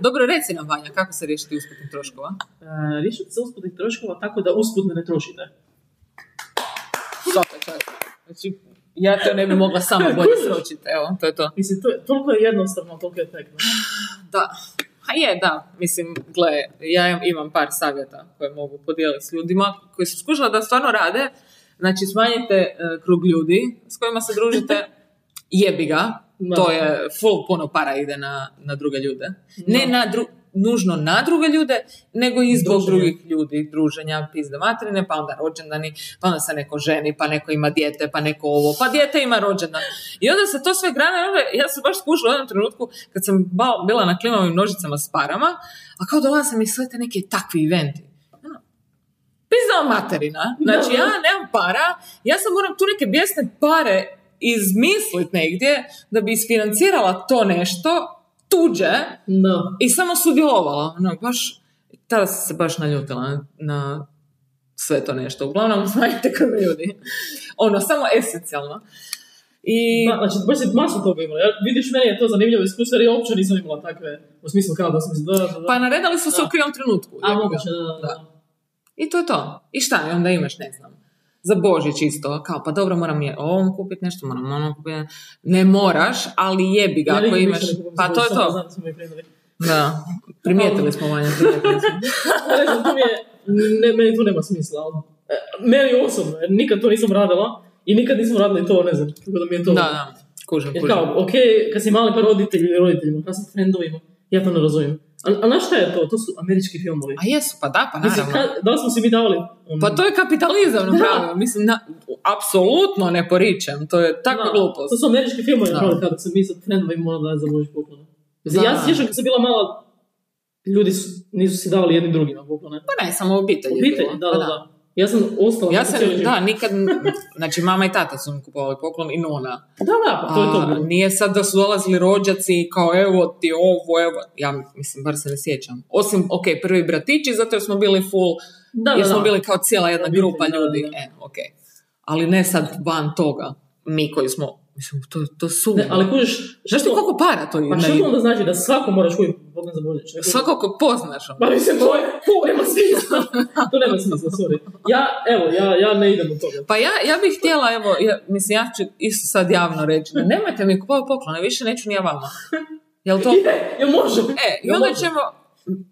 Speaker 1: Dobro, reci nam, Vanja, kako se riješiti usputnih troškova?
Speaker 2: E, Riješite se usputnih troškova tako da usputne ne trošite.
Speaker 1: Svaka čast. Znači, ja to ne bi mogla sama bolje sročiti, evo, to je to.
Speaker 2: Mislim, to je, toliko je jednostavno, toliko je tek.
Speaker 1: Da. A Pa je, da. Mislim, gle, ja imam par savjeta koje mogu podijeliti s ljudima koji su skužila da stvarno rade. Znači, smanjite e, krug ljudi s kojima se družite. Jebi ga.
Speaker 2: Da.
Speaker 1: To je full puno para ide na, na druge ljude. Ne
Speaker 2: Da.
Speaker 1: na dru- nužno na druge ljude, nego i zbog
Speaker 2: Druženja.
Speaker 1: drugih ljudi, druženja, pizde materine, pa onda rođendani, pa onda se neko ženi, pa neko ima dijete, pa neko ovo, pa dijete ima rođendan. I onda se to sve grane, i onda ja sam baš skušala u jednom trenutku kad sam ba- bila na klimavim nožicama s parama, a kao dolazim i sve te neke takvi eventi. Ono, Pizda vam materina. Znači ja nemam para, ja sam moram tu neke bijesne pare izmislit negdje da bi isfinancirala to nešto tuđe
Speaker 2: Da.
Speaker 1: i samo sudjelovala, ono, baš, tada sam se baš naljutila na sve to nešto. Uglavnom, smanjite krv ljudi. Ono, samo esencijalno. I,
Speaker 2: Da, znači, baš si masu toga imala. Ja, vidiš, meni je to zanimljivo iskustvo, jer ja uopće nisam imala takve, u smislu kao da sam iz da, da, da.
Speaker 1: pa naredali su se
Speaker 2: Da.
Speaker 1: u krivom trenutku.
Speaker 2: A,
Speaker 1: jebi ga.
Speaker 2: moguće, da, da, da.
Speaker 1: I to je to. I šta, i onda imaš, ne znam, za Božić isto, kao pa dobro moram je ovom kupiti nešto, moram ono kupiti, ne moraš, ali jebi ga ako imaš, pa to je to. Da, primijetili smo manje, primijetili smo.
Speaker 2: Ne znam, to mi je, ne, meni to nema smisla. ali, e, Meni osobno, jer nikad to nisam radila i nikad nisam radila i to, ne znam, tako da mi je to...
Speaker 1: Da, da, kužim,
Speaker 2: Jer
Speaker 1: kužim.
Speaker 2: kao, ok, kad si mali pa roditelj ili roditeljima, kad si frendovima, ja to ne razumijem. A, a znaš šta je to? To su američki filmovi.
Speaker 1: A jesu, pa da, pa
Speaker 2: Mislim,
Speaker 1: naravno.
Speaker 2: kad, da li smo si mi davali? ono,
Speaker 1: Pa to je kapitalizam, napravo. Mislim, na, apsolutno ne poričem. To je takva
Speaker 2: da,
Speaker 1: glupost.
Speaker 2: To su američki filmovi,
Speaker 1: Da.
Speaker 2: napravili, kada sam mi sa frendovima morala da za Božić poklone. Mislim,
Speaker 1: Da.
Speaker 2: Ja se sjećam kad sam bila mala, ljudi su, nisu si davali jednim drugima poklone.
Speaker 1: Pa ne, samo obitelj.
Speaker 2: Obitelj, da, da, da. Ja sam ostala
Speaker 1: Pa Ja
Speaker 2: tako
Speaker 1: sam,
Speaker 2: cijeli život.
Speaker 1: da, nikad, znači mama i tata su mi kupovali poklon i nona.
Speaker 2: Da, da, pa to je to
Speaker 1: A,
Speaker 2: bilo.
Speaker 1: nije sad da su dolazili rođaci i kao evo ti ovo, evo. Ja mislim, bar se ne sjećam. Osim, ok, prvi bratići, zato jer smo bili full,
Speaker 2: Da, da,
Speaker 1: jer smo
Speaker 2: da.
Speaker 1: bili kao cijela jedna
Speaker 2: Obitelj,
Speaker 1: grupa
Speaker 2: da,
Speaker 1: ljudi.
Speaker 2: da, da.
Speaker 1: E, ok. Ali ne sad van toga. Mi koji smo, mislim, to, to su. ono,
Speaker 2: Ne, ali kužiš,
Speaker 1: Znaš ti koliko para to je?
Speaker 2: Pa
Speaker 1: na
Speaker 2: što to
Speaker 1: ime?
Speaker 2: onda znači da svako moraš kupiti poklon za Božić? Ne kužim.
Speaker 1: Svako ko poznaš. ono.
Speaker 2: Pa mislim, to je, to nema smisla. to nema smisla, sorry. Ja, evo, ja, ja ne idem u toga.
Speaker 1: Pa ja, ja bih htjela, evo, ja, mislim, ja ću isto sad javno reći, da nemojte mi kupovati poklone, više neću ni ja vama. Jel to?
Speaker 2: Ide, jel može?
Speaker 1: E, i
Speaker 2: Jel
Speaker 1: onda
Speaker 2: može?
Speaker 1: ćemo,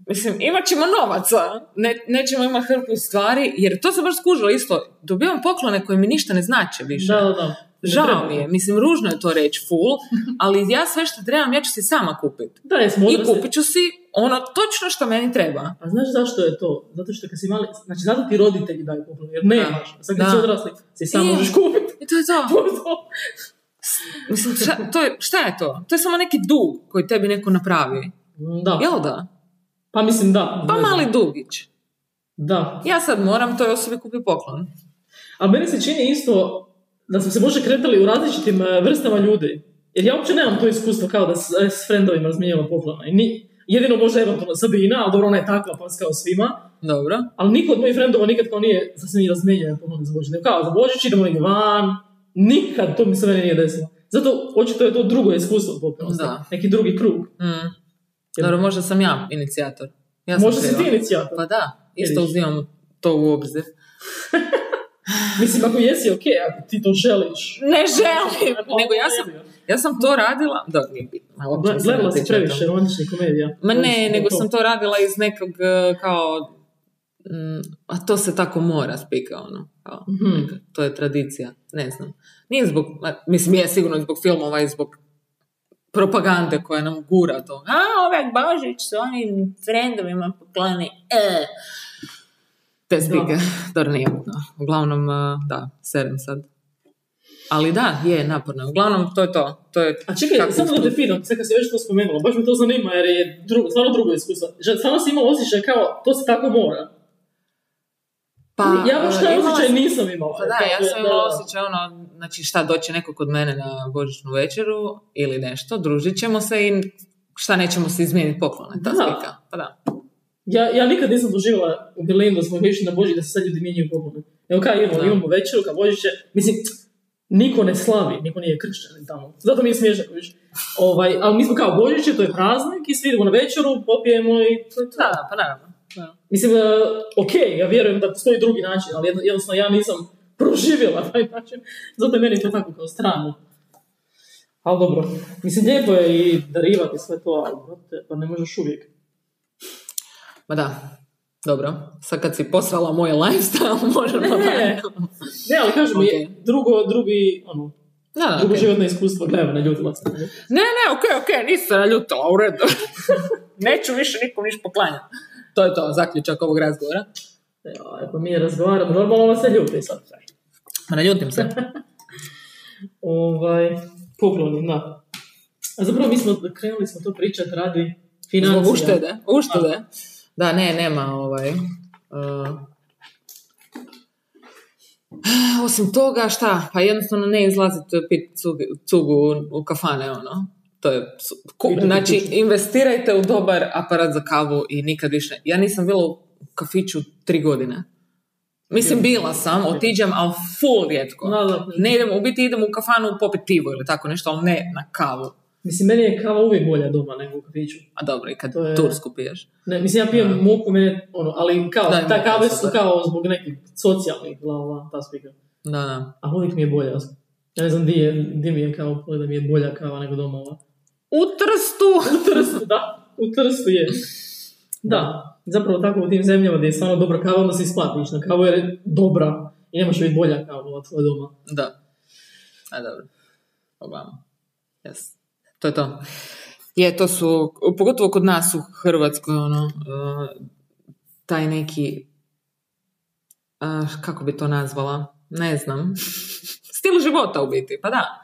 Speaker 1: mislim, imat ćemo novaca, ne, nećemo imati hrpu stvari, jer to sam baš skužila isto, dobivam poklone koji mi ništa ne znače više.
Speaker 2: Da, da, da. Ne
Speaker 1: Žao
Speaker 2: treba.
Speaker 1: mi je, mislim, ružno je to reći full, ali ja sve što trebam, ja ću si sama kupiti.
Speaker 2: Da, jesmo
Speaker 1: I
Speaker 2: odrasli.
Speaker 1: kupit ću si ono točno što meni treba.
Speaker 2: A znaš zašto je to? Zato što kad si mali, znači zato ti roditelji daju poklon, jer nemaš. A sad kad
Speaker 1: Da.
Speaker 2: si odrasli, si sam
Speaker 1: Je.
Speaker 2: možeš kupiti.
Speaker 1: I to je to.
Speaker 2: To je to.
Speaker 1: Mislim, šta, to je, šta je to? To je samo neki dug koji tebi neko napravi.
Speaker 2: Da,
Speaker 1: Jel da?
Speaker 2: pa mislim da.
Speaker 1: Pa
Speaker 2: ne znam.
Speaker 1: mali dugić.
Speaker 2: Da,
Speaker 1: Ja sad moram toj osobi kupiti poklon.
Speaker 2: A meni se čini isto da smo se možda kretali u različitim e, vrstama ljudi. Jer ja uopće nemam to iskustvo kao da s, e, s frendovima razmijenjala poklona. I ni, jedino možda eventualno Sabina, ali dobro ona je takva pa kao svima.
Speaker 1: Dobro.
Speaker 2: Ali niko od mojih frendova nikad kao nije sasvim razmijenjena poklona za Božić. Nego Kao za Božić idemo negdje van. Nikad to mi se meni nije desilo. Zato očito je to drugo iskustvo potpuno.
Speaker 1: Da.
Speaker 2: Neki drugi krug.
Speaker 1: Mm. Dobro, možda sam ja inicijator. Ja sam
Speaker 2: možda si ti
Speaker 1: kriva.
Speaker 2: inicijator.
Speaker 1: Pa da, isto
Speaker 2: Vidiš.
Speaker 1: uzimam to u obzir.
Speaker 2: Mislim, ako jesi, ok, ako ti to želiš.
Speaker 1: Ne želim!
Speaker 2: Pa,
Speaker 1: Nego ja sam, ja sam to radila... Da, nije bitno. ma uopće
Speaker 2: Gle-
Speaker 1: nisam
Speaker 2: Gledala si
Speaker 1: natječena
Speaker 2: previše romantičnih komedija.
Speaker 1: tamo. Ma ne,
Speaker 2: Mislim,
Speaker 1: nego
Speaker 2: to.
Speaker 1: sam to radila iz nekog eh, kao... mm, A to se tako mora spika, ono. Kao,
Speaker 2: Mhm.
Speaker 1: neka, to je tradicija. Ne znam. Nije zbog... ma, Mislim, je sigurno zbog filmova i zbog propagande koja nam gura to. A, ovaj Božić s onim frendovima pokloni. E. Te spike. Dobro, nije bitno. Uglavnom, eh, da, serem sad. Ali da, je, naporno. Uglavnom, to je to. To je
Speaker 2: A čekaj,
Speaker 1: kako
Speaker 2: samo da te pitam, sad kad si već to spomenula, baš me to zanima jer je drugo, stvarno drugo iskustvo. Že- Stvarno si imala osjećaj kao, to se tako mora.
Speaker 1: Pa,
Speaker 2: ja baš
Speaker 1: eh,
Speaker 2: taj
Speaker 1: imala
Speaker 2: osjećaj
Speaker 1: sam-
Speaker 2: nisam imala.
Speaker 1: Pa da,
Speaker 2: Kao
Speaker 1: ja
Speaker 2: da-
Speaker 1: sam
Speaker 2: da,
Speaker 1: imala
Speaker 2: da.
Speaker 1: osjećaj ono, znači šta, doće neko kod mene na božićnu večeru ili nešto, družit ćemo se i šta nećemo se izmijeniti poklone, ta
Speaker 2: Da.
Speaker 1: slika. Pa da.
Speaker 2: Ja, ja nikad nisam doživjela u Berlinu da smo išli na Božić da se sad ljudi mijenjaju poklone. Evo kao imamo,
Speaker 1: Da.
Speaker 2: imamo večeru, kao Božiće, mislim, niko ne slavi, niko nije kršćan tamo. Zato mi je smiješno, viš. Ovaj, ali mi smo kao Božiće, to je praznik i svi idemo na večeru, popijemo i to je to.
Speaker 1: Da, da, pa naravno. Da.
Speaker 2: Mislim, e, ok, ja vjerujem da postoji drugi način, ali jedno- jednostavno ja nisam proživjela taj način, zato je meni to tako kao strano. Ali dobro, mislim, lijepo je i darivati sve to, ali brate, pa ne možeš uvijek.
Speaker 1: Ma da, dobro. Sad kad si posrala moj lifestyle, možemo
Speaker 2: Ne, ne, ali kažem, je
Speaker 1: Ok.
Speaker 2: drugo, drugi, ono,
Speaker 1: Da, da,
Speaker 2: drugo
Speaker 1: okej.
Speaker 2: životno iskustvo, gledam, naljutila sam.
Speaker 1: Ne, ne, okej, okej, nisam se naljutila, u redu. Neću više nikom niš poklanjati. To je to, zaključak ovog razgovora.
Speaker 2: Jaj, pa mi razgovaramo, normalno ona se ljuti sad.
Speaker 1: Ma naljutim se.
Speaker 2: Ovaj, pokloni, da. A zapravo mi smo, krenuli smo to pričati radi financija.
Speaker 1: Zbog uštede, uštede. Da, ne, nema ovaj... uh, osim toga, šta? Pa jednostavno ne izlaziti pit cugu, cugu u kafane, ono. To je, su- ku-
Speaker 2: Idete
Speaker 1: znači,
Speaker 2: kući.
Speaker 1: investirajte u dobar aparat za kavu i nikad više. Ja nisam bila u kafiću tri godine. Mislim, bila sam, otiđem, ali full rijetko.
Speaker 2: Da, da.
Speaker 1: Ne idem, u biti idem u kafanu popit pivo ili tako nešto, ali ne na kavu.
Speaker 2: Mislim, meni je kava uvijek bolja doma nego u kafiću.
Speaker 1: A dobro, i kad
Speaker 2: To je-
Speaker 1: tursku piješ.
Speaker 2: Ne, mislim, ja pijem
Speaker 1: Da.
Speaker 2: moku, mene, ono, ali kao,
Speaker 1: Da, ima
Speaker 2: ta kave
Speaker 1: to
Speaker 2: su
Speaker 1: sad, da.
Speaker 2: kao zbog nekih socijalnih, bla, bla, ta spika.
Speaker 1: Da, da.
Speaker 2: A uvijek mi je bolja. Ja ne znam di, je, di mi je kao, da mi je bolja kava nego doma ova.
Speaker 1: U Trstu!
Speaker 2: U Trstu, da. U Trstu je. Da. Zapravo tako u tim zemljama gdje je stvarno dobra kava, onda se isplati ići na kavu jer je dobra i ne može biti bolja kava od tvoje doma.
Speaker 1: Da. A dobro. Obama. Yes. To je to. Je, to su, pogotovo kod nas u Hrvatskoj, ono, eh, taj neki, eh, kako bi to nazvala, ne znam, stil života u biti, pa da.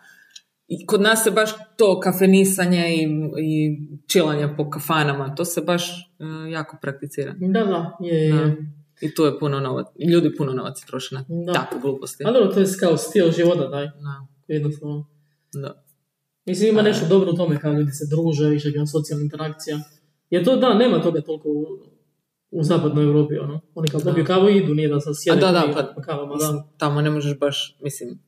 Speaker 1: I kod nas se baš to kafenisanje i, i čilanje po kafanama, to se baš eh, jako prakticira.
Speaker 2: Da, da, je, je.
Speaker 1: Da. I tu je puno novaca, ljudi puno novaca troše na
Speaker 2: Da.
Speaker 1: takve gluposti.
Speaker 2: A dobro, to je kao stil života, daj,
Speaker 1: Da,
Speaker 2: jednostavno.
Speaker 1: da.
Speaker 2: Mislim, ima
Speaker 1: A.
Speaker 2: nešto dobro u tome kao ljudi se druže, više ima socijalna interakcija. Jer to, da, nema toga toliko u, u zapadnoj Europi, ono. Oni kao
Speaker 1: Da.
Speaker 2: dobiju kavu i idu, nije da sad sjede
Speaker 1: A da, da,
Speaker 2: i-
Speaker 1: pa-
Speaker 2: kavama, da.
Speaker 1: Tamo ne možeš baš, mislim,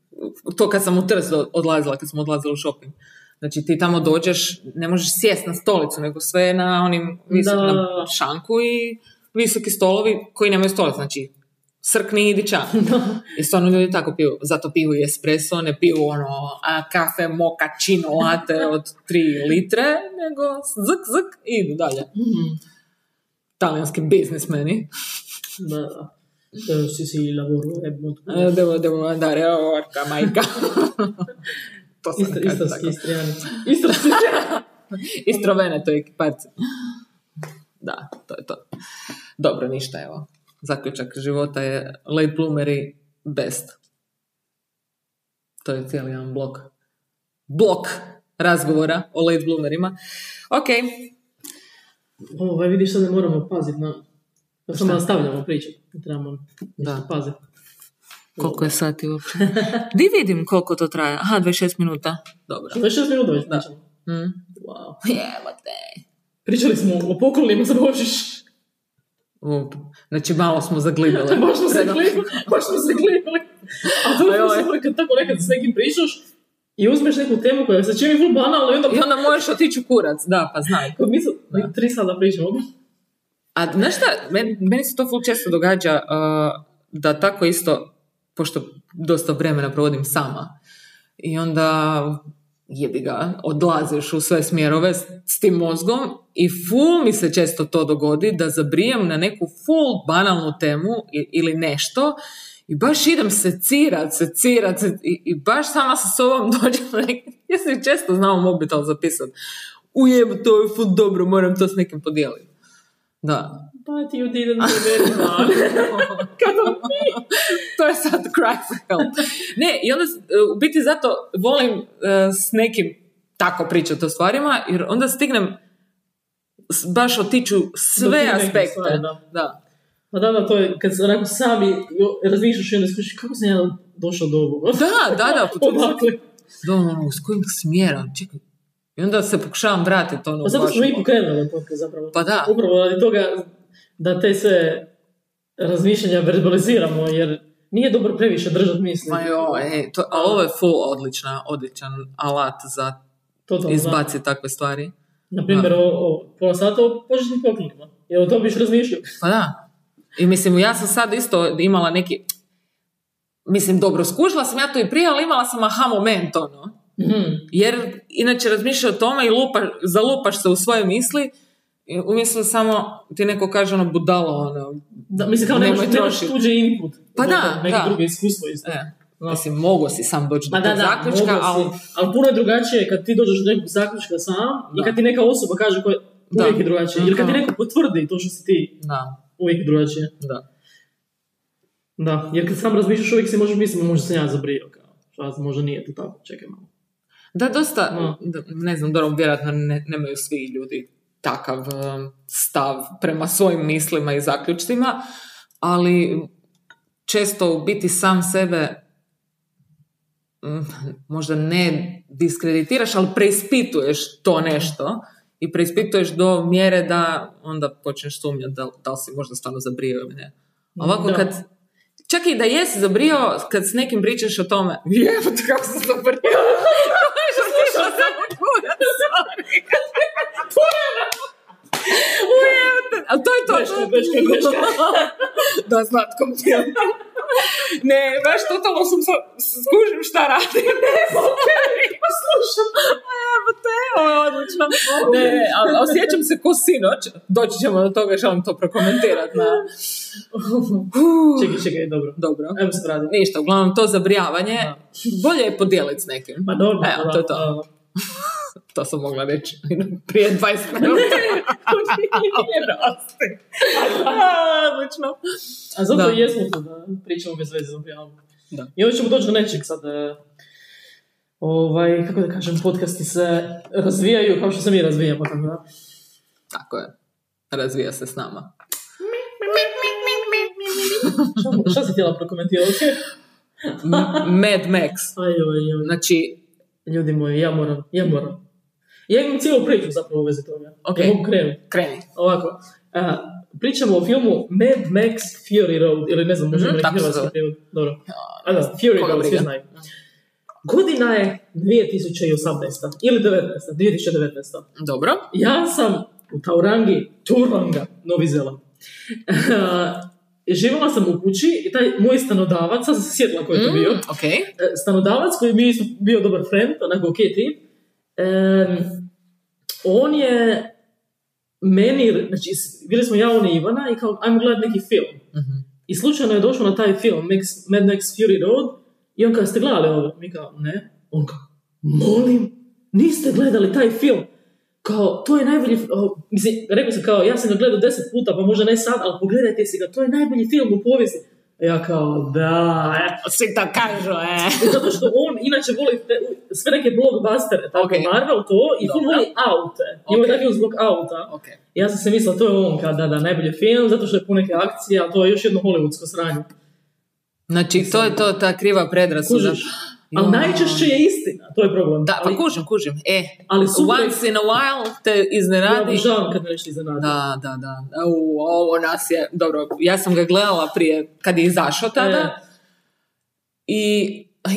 Speaker 1: to kad sam u Trst odlazila, kad smo odlazili u shopping. Znači ti tamo dođeš, ne možeš sjest na stolicu, nego sve je na onim visokom
Speaker 2: Da.
Speaker 1: na šanku i visoki stolovi koji nemaju stolic, znači srkni i diča. I stvarno ljudi tako piju. Zato piju i espresso, ne piju ono a, kafe, moka, čino, latte od 3 litre, nego zk, zk i idu dalje.
Speaker 2: Mhm.
Speaker 1: Talijanski biznismeni.
Speaker 2: Da, da. Eh, Sì, sì, lavoro è molto...
Speaker 1: Eh, Devo, devo andare, orca, majka. to sam
Speaker 2: Istra,
Speaker 1: kažem
Speaker 2: istarski
Speaker 1: tako.
Speaker 2: istrijani. Istarski
Speaker 1: Istrovene to je ekiparci. Da, to je to. Dobro, ništa, evo. Zaključak života je late bloomeri best. To je cijeli jedan blok. Blok razgovora o late bloomerima. Ok,
Speaker 2: Ovo, Ovaj, vidiš sad ne moramo paziti na... Da samo
Speaker 1: Šta?
Speaker 2: nastavljamo pričat. Ne trebamo
Speaker 1: Da.
Speaker 2: ništa paziti.
Speaker 1: koliko je sati uopće? Di vidim koliko to traje? Aha, 26 minuta. Dobro.
Speaker 2: Već šest minuta već
Speaker 1: Da.
Speaker 2: pričamo.
Speaker 1: Mm.
Speaker 2: Wow.
Speaker 1: Evo te.
Speaker 2: Pričali smo o poklonima za Božić.
Speaker 1: U, Znači, malo smo zaglibile.
Speaker 2: Baš smo se
Speaker 1: Prema-
Speaker 2: klipali. Baš smo se klipali. A to je ono
Speaker 1: Ajoj.
Speaker 2: super kad tako nekad s nekim pričaš i uzmeš neku temu koja se čini vrlo banalna i onda...
Speaker 1: I onda možeš otići u kurac, da, pa znaj.
Speaker 2: Kod mi su
Speaker 1: Da.
Speaker 2: tri sada pričamo.
Speaker 1: A znaš šta, meni, meni se to ful često događa uh, da tako isto, pošto dosta vremena provodim sama, i onda jebi ga, odlaziš u sve smjerove s, s tim mozgom i ful mi se često to dogodi da zabrijem na neku ful banalnu temu i- ili nešto i baš idem secirat, secirat se, i, i baš sama sa sobom dođem na neki, ja sam često znao mobitel zapisat, ujebu to je ful dobro, moram to s nekim podijeliti. Da.
Speaker 2: Pa ti ljudi idem ti meni da. Kada
Speaker 1: to je sad cry for help. Ne, i onda s- e, u biti zato volim e, s nekim tako pričati o stvarima, jer onda stignem s- baš otiću
Speaker 2: Do
Speaker 1: sve
Speaker 2: tih nekih
Speaker 1: aspekte.
Speaker 2: stvari, da.
Speaker 1: da.
Speaker 2: Pa da, da, to je kad se onako sami jo- razmišljaš i onda skušiš kako sam ja došao do ovoga.
Speaker 1: Da, da, da, pa to-
Speaker 2: Odakle?
Speaker 1: Da, ono, s kojim smjerom, čekaj. I onda se pokušavam vratiti ono
Speaker 2: Pa zato
Speaker 1: baš-
Speaker 2: smo i pokrenuli podcast zapravo.
Speaker 1: Pa da,
Speaker 2: Upravo radi toga da te sve razmišljanja verbaliziramo, jer nije dobro previše držati misli.
Speaker 1: ma jo, e, to, a ovo je full odlična, odličan alat za
Speaker 2: Totalno, da.
Speaker 1: izbaciti takve stvari.
Speaker 2: Na primjer,
Speaker 1: Da.
Speaker 2: o, o pola sata o poželjnim poklonima. Jer o tom biš razmišljao.
Speaker 1: Pa da. I mislim, ja sam sad isto imala neki... Mislim, dobro, skužila sam ja to i prije, ali imala sam aha moment, ono.
Speaker 2: Mhm.
Speaker 1: Jer inače razmišlja o tome i lupa, zalupaš se u svoje misli, i umjesto samo ti neko kaže ono budalo, ono.
Speaker 2: Da, mislim, kao nemaš,
Speaker 1: Nemoj
Speaker 2: nemaš
Speaker 1: trošit.
Speaker 2: tuđe input. Ono,
Speaker 1: Pa da,
Speaker 2: Neke
Speaker 1: da.
Speaker 2: druge iskustvo isto.
Speaker 1: E, mislim, mogo si sam doći do
Speaker 2: Ma da,
Speaker 1: tog
Speaker 2: da,
Speaker 1: zaključka, ali...
Speaker 2: ali... ali puno je drugačije kad ti dođeš do nekog zaključka sam
Speaker 1: Da.
Speaker 2: i kad ti neka osoba kaže koja
Speaker 1: Da.
Speaker 2: uvijek je drugačije. Ili kad ti
Speaker 1: Aha.
Speaker 2: neko potvrdi to što si ti
Speaker 1: Da,
Speaker 2: uvijek je drugačije.
Speaker 1: da.
Speaker 2: Da, jer kad sam razmišljaš uvijek si možeš misliti možda sam ja zabrio. Kao, šta ja znam, možda nije to tako, čekaj malo.
Speaker 1: Da, dosta,
Speaker 2: Mm.
Speaker 1: da, ne znam, dobro, vjerojatno ne, nemaju svi ljudi takav um, stav prema svojim mislima i zaključcima, ali često u biti sam sebe mm, možda ne diskreditiraš, ali preispituješ to nešto i preispituješ do mjere da onda počneš sumnjati da, da li si možda stvarno zabrio ili ne. A Ovako
Speaker 2: Da.
Speaker 1: kad, čak i da jesi zabrio, kad s nekim pričaš o tome, jebote kako sam zabrio, Znaš, otišla sam u kurac.
Speaker 2: greška, greška.
Speaker 1: da, slatkom tijem. Ne, baš totalno sam sa, skužim šta radim. Ne, pa slušam. Evo te, ovo je odlično. Ne, ne, ali osjećam se ko sinoć. Doći ćemo do toga, želim to prokomentirati. Na... Uf,
Speaker 2: Čekaj, čekaj, dobro.
Speaker 1: Dobro.
Speaker 2: Ajmo se raditi.
Speaker 1: Ništa, uglavnom to zabrijavanje.
Speaker 2: Da.
Speaker 1: Bolje je podijeliti s nekim.
Speaker 2: Ma dobro,
Speaker 1: Evo,
Speaker 2: da,
Speaker 1: E. to je to.
Speaker 2: da.
Speaker 1: To sam mogla reći prije 20 minuta. Oprosti. A, Odlično.
Speaker 2: A zato
Speaker 1: Da.
Speaker 2: i jesmo tu da pričamo bez veze za prijavu.
Speaker 1: Da.
Speaker 2: I onda ćemo doći do nečeg sad. e, Ovaj, kako da kažem, podcasti se razvijaju kao što se mi razvijamo, tako da.
Speaker 1: Tako je. Razvija se s nama.
Speaker 2: Šta, mu- šta si htjela prokomentirati?
Speaker 1: M- Mad Max.
Speaker 2: Aj, aj, aj.
Speaker 1: Znači,
Speaker 2: Ljudi moji, ja moram, ja moram. Ja imam cijelu priču zapravo u vezi toga.
Speaker 1: Ok.
Speaker 2: Ja mogu krenuti.
Speaker 1: kreni.
Speaker 2: Ovako, a, pričamo o filmu Mad Max Fury Road, ili ne znam, možda
Speaker 1: Mhm,
Speaker 2: ima neki
Speaker 1: tako se
Speaker 2: hrvatski
Speaker 1: zove.
Speaker 2: prijevod. Dobro. A da, Fury
Speaker 1: Koga
Speaker 2: Road, svi
Speaker 1: briga.
Speaker 2: znaju. Godina je 2018. ili 19. 2019.
Speaker 1: Dobro.
Speaker 2: Ja sam u Taurangi, Turanga, Novi Zeland. Živjela sam u kući i taj moj stanodavac, sad sam se sjetila koji je to bio,
Speaker 1: Mm, ok.
Speaker 2: e, stanodavac koji mi je isto bio dobar friend, onako ok tip, em, on je meni, znači s- bili smo ja, on i Ivana i kao ajmo gledati neki film. I slučajno je došao na taj film Max, Mad Max Fury Road i on kao ste gledali ovo? Mi kao ne. On kao molim, niste gledali taj film. Kao, to je najbolji, fi- o, mislim, rekao sam kao, ja sam ga gledao deset puta, pa možda ne sad, ali pogledajte si ga, to je najbolji film u povijesti. A Ja kao, da, e,
Speaker 1: Svi to kažu, e.
Speaker 2: zato što on inače voli te- sve neke blockbustere, tako
Speaker 1: Okej.
Speaker 2: Marvel to, i on
Speaker 1: Dobro.
Speaker 2: voli aute. I on je
Speaker 1: Okej.
Speaker 2: dakle zbog auta.
Speaker 1: Ok.
Speaker 2: Ja sam se mislila, to je on kada da najbolji film, zato što je puno neke akcije, a to je još jedno hollywoodsko sranje.
Speaker 1: Znači, to je to, ta kriva predrasuda.
Speaker 2: Kužiš? Ali najčešće je istina, to je problem.
Speaker 1: Da,
Speaker 2: ali,
Speaker 1: pa kužim, kužim. E,
Speaker 2: ali super je-
Speaker 1: once in a while te
Speaker 2: ja
Speaker 1: iznenadi.
Speaker 2: obožavam kad me nešto iznenadi.
Speaker 1: Da, da, da. U, ovo nas je, dobro, ja sam ga gledala prije, kad je izašao tada
Speaker 2: E.
Speaker 1: i,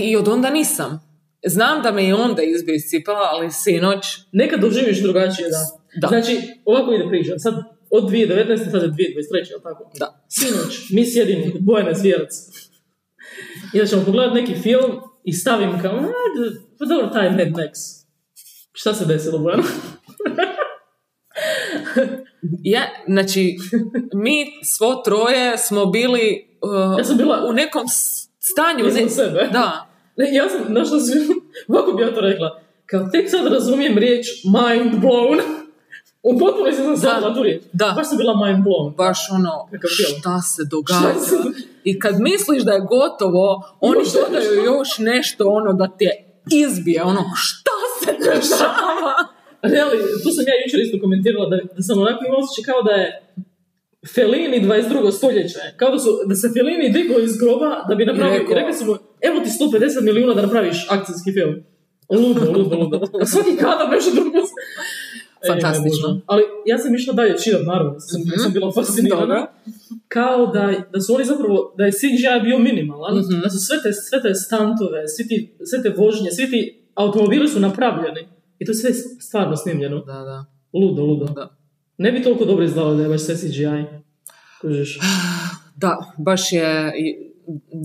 Speaker 1: i od onda nisam. Znam da me i onda izbio iz cipela, ali sinoć,
Speaker 2: Nekad doživiš drugačije, da.
Speaker 1: Da.
Speaker 2: Znači, ovako ide priča. Sad, od 2019. sad je 2023. jel tako?
Speaker 1: da.
Speaker 2: Sinoć, mi sjedimo kod Bojana Zvijerac. I da ćemo pogledati neki film i stavim kao, "A, d- pa dobro, taj Mad Max. Šta se desilo, Bojan?
Speaker 1: Ja, znači, mi svo troje smo bili uh,
Speaker 2: Ja sam bila-
Speaker 1: u nekom s- stanju.
Speaker 2: Izvan sebe.
Speaker 1: Da,
Speaker 2: Ne, ja sam, znaš šta sam, ovako bi ja to rekla. Kao, tek sad razumijem riječ mind blown. U potpunosti sam shvatila tu riječ.
Speaker 1: da.
Speaker 2: Baš sam bila mind blown.
Speaker 1: baš ono,
Speaker 2: Kakav film.
Speaker 1: šta se događa.
Speaker 2: Šta se-
Speaker 1: I kad misliš da je gotovo, oni
Speaker 2: Još
Speaker 1: dodaju još nešto ono da te izbije, ono, šta se dešava?
Speaker 2: Ne, ali tu sam ja jučer isto komentirala da, da sam onako imala osjećaj kao da je Felini 22. stoljeće. Kao da, su, da se Felini digao iz groba da bi napravio... I
Speaker 1: rekao-
Speaker 2: rekao, su mu, evo ti 150 milijuna da napraviš akcijski film. Ludo, ludo, ludo. A Svaki kadar nešto drugo. E,
Speaker 1: Fantastično. Mhm.
Speaker 2: Bože. ali ja sam išla dalje čitat, naravno. Sam, sam bila
Speaker 1: Dobro.
Speaker 2: fascinirana. Kao da, da su oni zapravo, da je CGI bio minimalan.
Speaker 1: Mhm.
Speaker 2: Da su sve te, sve te stantove, svi ti, sve te vožnje, svi ti automobili su napravljeni. I to sve je stvarno snimljeno.
Speaker 1: Da, da.
Speaker 2: Ludo, ludo.
Speaker 1: Da.
Speaker 2: Ne bi toliko dobro izdalo da je baš sve CGI. Kužiš.
Speaker 1: Da, baš je, i-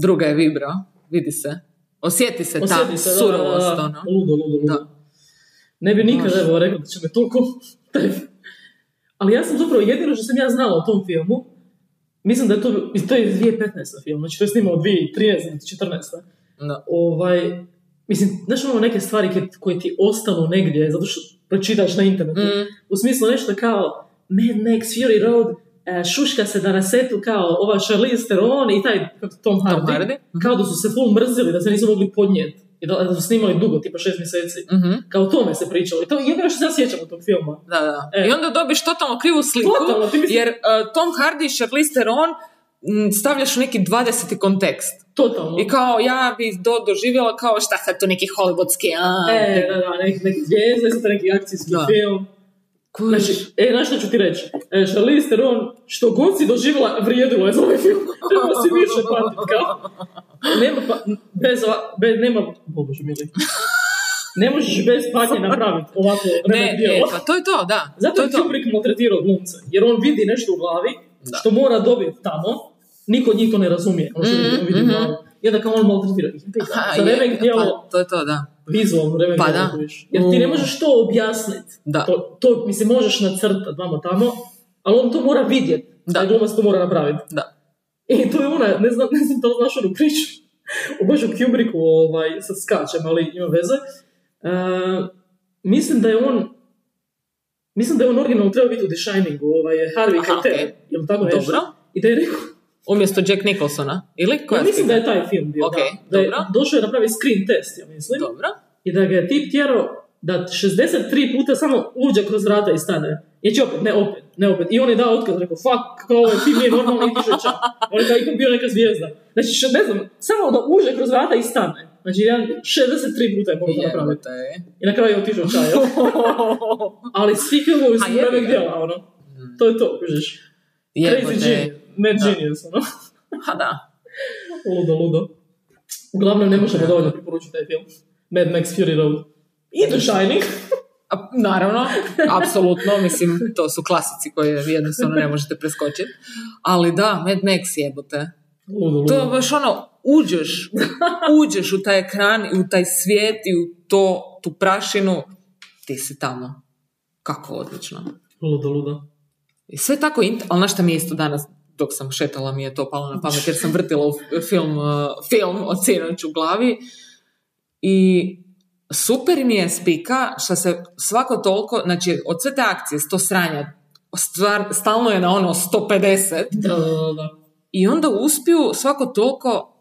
Speaker 1: druga je vibra, vidi se. Osjeti se ta
Speaker 2: Osjeti se, da, da, da,
Speaker 1: surovost,
Speaker 2: da.
Speaker 1: ono.
Speaker 2: Ludo, ludo, ludo.
Speaker 1: Da.
Speaker 2: Ne bi nikad
Speaker 1: Može.
Speaker 2: evo rekla da će me toliko... taj- Ali ja sam zapravo jedino što sam ja znala o tom filmu, mislim da je to, i to je 2015. film, znači to je snimao 2013. 14.
Speaker 1: Da.
Speaker 2: Ovaj, mislim, znaš ono neke stvari ke- koje ti ostanu negdje, zato što pročitaš na internetu.
Speaker 1: Mm,
Speaker 2: U smislu nešto kao Mad Max Fury Road, e, šuška se da na setu kao ova Charlize Theron i taj kako, Tom Hardy.
Speaker 1: Tom Hardy. Mhm.
Speaker 2: Kao da su se full mrzili, da se nisu mogli podnijeti. I da, da su snimali dugo, tipa šest mjeseci.
Speaker 1: Mhm,
Speaker 2: Kao o tome se pričalo. I to je jedino što se ja sjećam od tog filma.
Speaker 1: Da, da.
Speaker 2: E.
Speaker 1: I onda dobiš totalno krivu sliku,
Speaker 2: Totalno, ti misliš-
Speaker 1: jer uh, Tom Hardy i Charlize Theron mm, stavljaš u neki 20. kontekst.
Speaker 2: Totalno.
Speaker 1: I kao, ja bi do, doživjela kao šta sad tu neki hollywoodski, a,
Speaker 2: E,
Speaker 1: te-
Speaker 2: da, da, neki, neki zvijezde, sad neki akcijski
Speaker 1: Da.
Speaker 2: film.
Speaker 1: Kužiš.
Speaker 2: Znači, e, znaš što ću ti reći? E, Charlize Theron, što god si doživjela, vrijedilo je za ovaj film. Treba si više patit, kao. Nema, pa, bez, ova- bez, nema, bože mili. Ne možeš bez patnje napraviti ovako
Speaker 1: ne,
Speaker 2: remek djelo.
Speaker 1: e, pa to je to, da.
Speaker 2: Zato
Speaker 1: to
Speaker 2: je
Speaker 1: je to.
Speaker 2: Kubrick maltretirao glumce, jer on vidi nešto u glavi,
Speaker 1: Da.
Speaker 2: što mora dobiti tamo, niko od njih to ne razumije. Ono što
Speaker 1: Mhm,
Speaker 2: vidimo, vidimo,
Speaker 1: mhm.
Speaker 2: ono, I onda kao on maltretira ih.
Speaker 1: Aha,
Speaker 2: Sa
Speaker 1: je,
Speaker 2: remek djelo,
Speaker 1: pa, to je to, da.
Speaker 2: vizualno remek
Speaker 1: Pa
Speaker 2: djelo
Speaker 1: da.
Speaker 2: dobiješ. Jer ti ne
Speaker 1: Mm.
Speaker 2: možeš to objasniti.
Speaker 1: Da.
Speaker 2: To, to, mislim, možeš nacrtati vamo tamo, ali on to mora vidjeti.
Speaker 1: Da.
Speaker 2: Taj glumac to mora napraviti.
Speaker 1: Da.
Speaker 2: I to je ona, ne znam, ne znam to znaš onu priču. U baš u Kubricku, ovaj, sad skačem, ali ima veze. E, mislim da je on Mislim da je on originalno trebao biti u The Shiningu, ovaj, Harvey
Speaker 1: Aha,
Speaker 2: Keitel,
Speaker 1: okej.
Speaker 2: jel tako nešto?
Speaker 1: Dobro.
Speaker 2: I da je rekao,
Speaker 1: Umjesto Jack Nicholsona, ili? Koja
Speaker 2: ja mislim da
Speaker 1: slika?
Speaker 2: je taj film bio,
Speaker 1: Ok,
Speaker 2: da. da je
Speaker 1: dobro.
Speaker 2: došao je napraviti screen test, ja mislim,
Speaker 1: Dobro.
Speaker 2: i da ga je tip tjerao da 63 puta samo uđe kroz vrata i stane. I će opet, ne opet, ne opet. I on je dao otkaz, rekao, fuck, kao ovaj film nije normalno i tišao je ča. On je kao ipak bio neka zvijezda. Znači, še- ne znam, samo da uđe kroz vrata i stane. Znači, jedan 63 puta je mogao to napraviti.
Speaker 1: Jebote.
Speaker 2: I na kraju je otišao čaj. jel? Ali svi filmovi su
Speaker 1: A jebi
Speaker 2: remek
Speaker 1: ga. Mm.
Speaker 2: djela, ono. To je to, kužiš. Crazy
Speaker 1: Jebote.
Speaker 2: genius, mad genius, ono.
Speaker 1: Ha da.
Speaker 2: Ludo, ludo. Uglavnom, ne možemo dovoljno preporučiti taj film. Mad Max Fury Road. I The Shining.
Speaker 1: A, naravno, apsolutno, mislim, to su klasici koje vi jednostavno ne možete preskočiti. Ali da, Mad Max jebote.
Speaker 2: Ludo, ludo.
Speaker 1: To je baš ono, uđeš, uđeš u taj ekran i u taj svijet i u to, tu prašinu, ti si tamo. Kako odlično.
Speaker 2: Ludo, ludo.
Speaker 1: I sve tako, int- ali znaš šta mi je isto danas, dok sam šetala mi je to palo na pamet, jer sam vrtila u f- film, uh, film od sinoć u glavi. I super mi je spika što se svako toliko, znači od sve te akcije, sto sranja, stvar, stalno je na ono 150
Speaker 2: Da, da, da, da.
Speaker 1: i onda uspiju svako toliko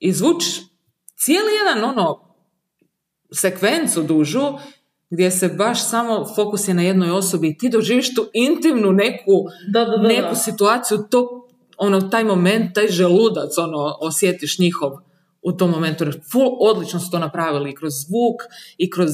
Speaker 1: izvuć cijeli jedan ono sekvencu dužu gdje se baš samo fokus je na jednoj osobi i ti doživiš tu intimnu neku,
Speaker 2: Da, da, da.
Speaker 1: neku situaciju, to, ono, taj moment, taj želudac, ono, osjetiš njihov u tom momentu. Ful, odlično su to napravili i kroz zvuk i kroz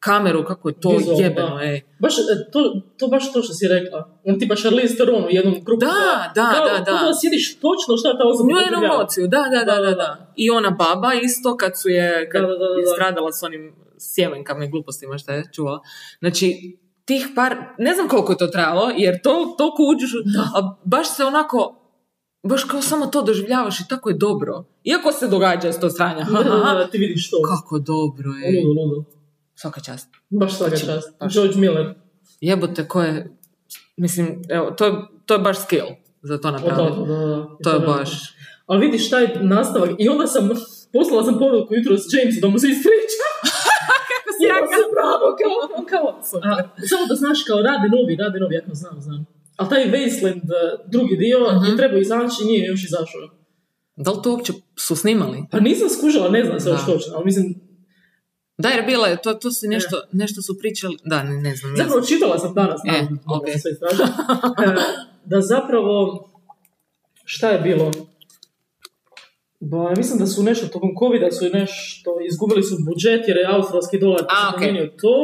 Speaker 1: kameru, kako je to
Speaker 2: Vizualno,
Speaker 1: jebeno,
Speaker 2: da.
Speaker 1: ej.
Speaker 2: Baš, e, to, to baš to što si rekla. On tipa Charlize Theron u jednom krugu.
Speaker 1: Da, da,
Speaker 2: Kao,
Speaker 1: da, da.
Speaker 2: kao sjediš točno šta ta osoba
Speaker 1: Njoj jednu
Speaker 2: doživljava.
Speaker 1: emociju, da, da, da, da, da. I ona baba isto kad su je, kad
Speaker 2: Da, da, da, da.
Speaker 1: je stradala s onim sjemenkama i glupostima šta je čuvala. Znači, tih par, ne znam koliko je to trajalo, jer to toliko uđeš, u- a baš se onako, baš kao samo to doživljavaš i tako je dobro. Iako se događa sto stranja,
Speaker 2: Da, da, Mm. da, ti vidiš to.
Speaker 1: kako dobro je.
Speaker 2: Ludo, ludo.
Speaker 1: Svaka čast.
Speaker 2: Baš svaka
Speaker 1: Znači,
Speaker 2: čast.
Speaker 1: baš.
Speaker 2: George Miller.
Speaker 1: Jebote, ko je, mislim, evo, to je, to je baš skill za to
Speaker 2: O, da,
Speaker 1: napraviti.
Speaker 2: da, da.
Speaker 1: To je
Speaker 2: Ispravno.
Speaker 1: baš...
Speaker 2: Ali vidiš taj nastavak. I onda sam, poslala sam poruku jutros Jamesu da mu se ispriča. Kako si
Speaker 1: jaka.
Speaker 2: pravo, kao, kao. A, samo da znaš, kao rade novi, rade novi, ja kao znam, znam. Ali taj Wasteland eh, drugi dio
Speaker 1: Mhm.
Speaker 2: je trebao izaći i nije još izašao.
Speaker 1: Da li to uopće su snimali?
Speaker 2: Pa nisam skužala, ne znam se još
Speaker 1: Da.
Speaker 2: točno, ali mislim,
Speaker 1: Da, jer bila je, to, to su nešto, nešto su pričali, da, ne, ne znam, ne znam.
Speaker 2: zapravo čitala sam danas,
Speaker 1: E,
Speaker 2: naravno, malo
Speaker 1: okej.
Speaker 2: sve istražila, e, da zapravo, šta je bilo? Ba, mislim da su nešto, tokom covid su nešto, izgubili su budžet jer je australski dolar
Speaker 1: A,
Speaker 2: se
Speaker 1: okej.
Speaker 2: promijenio to,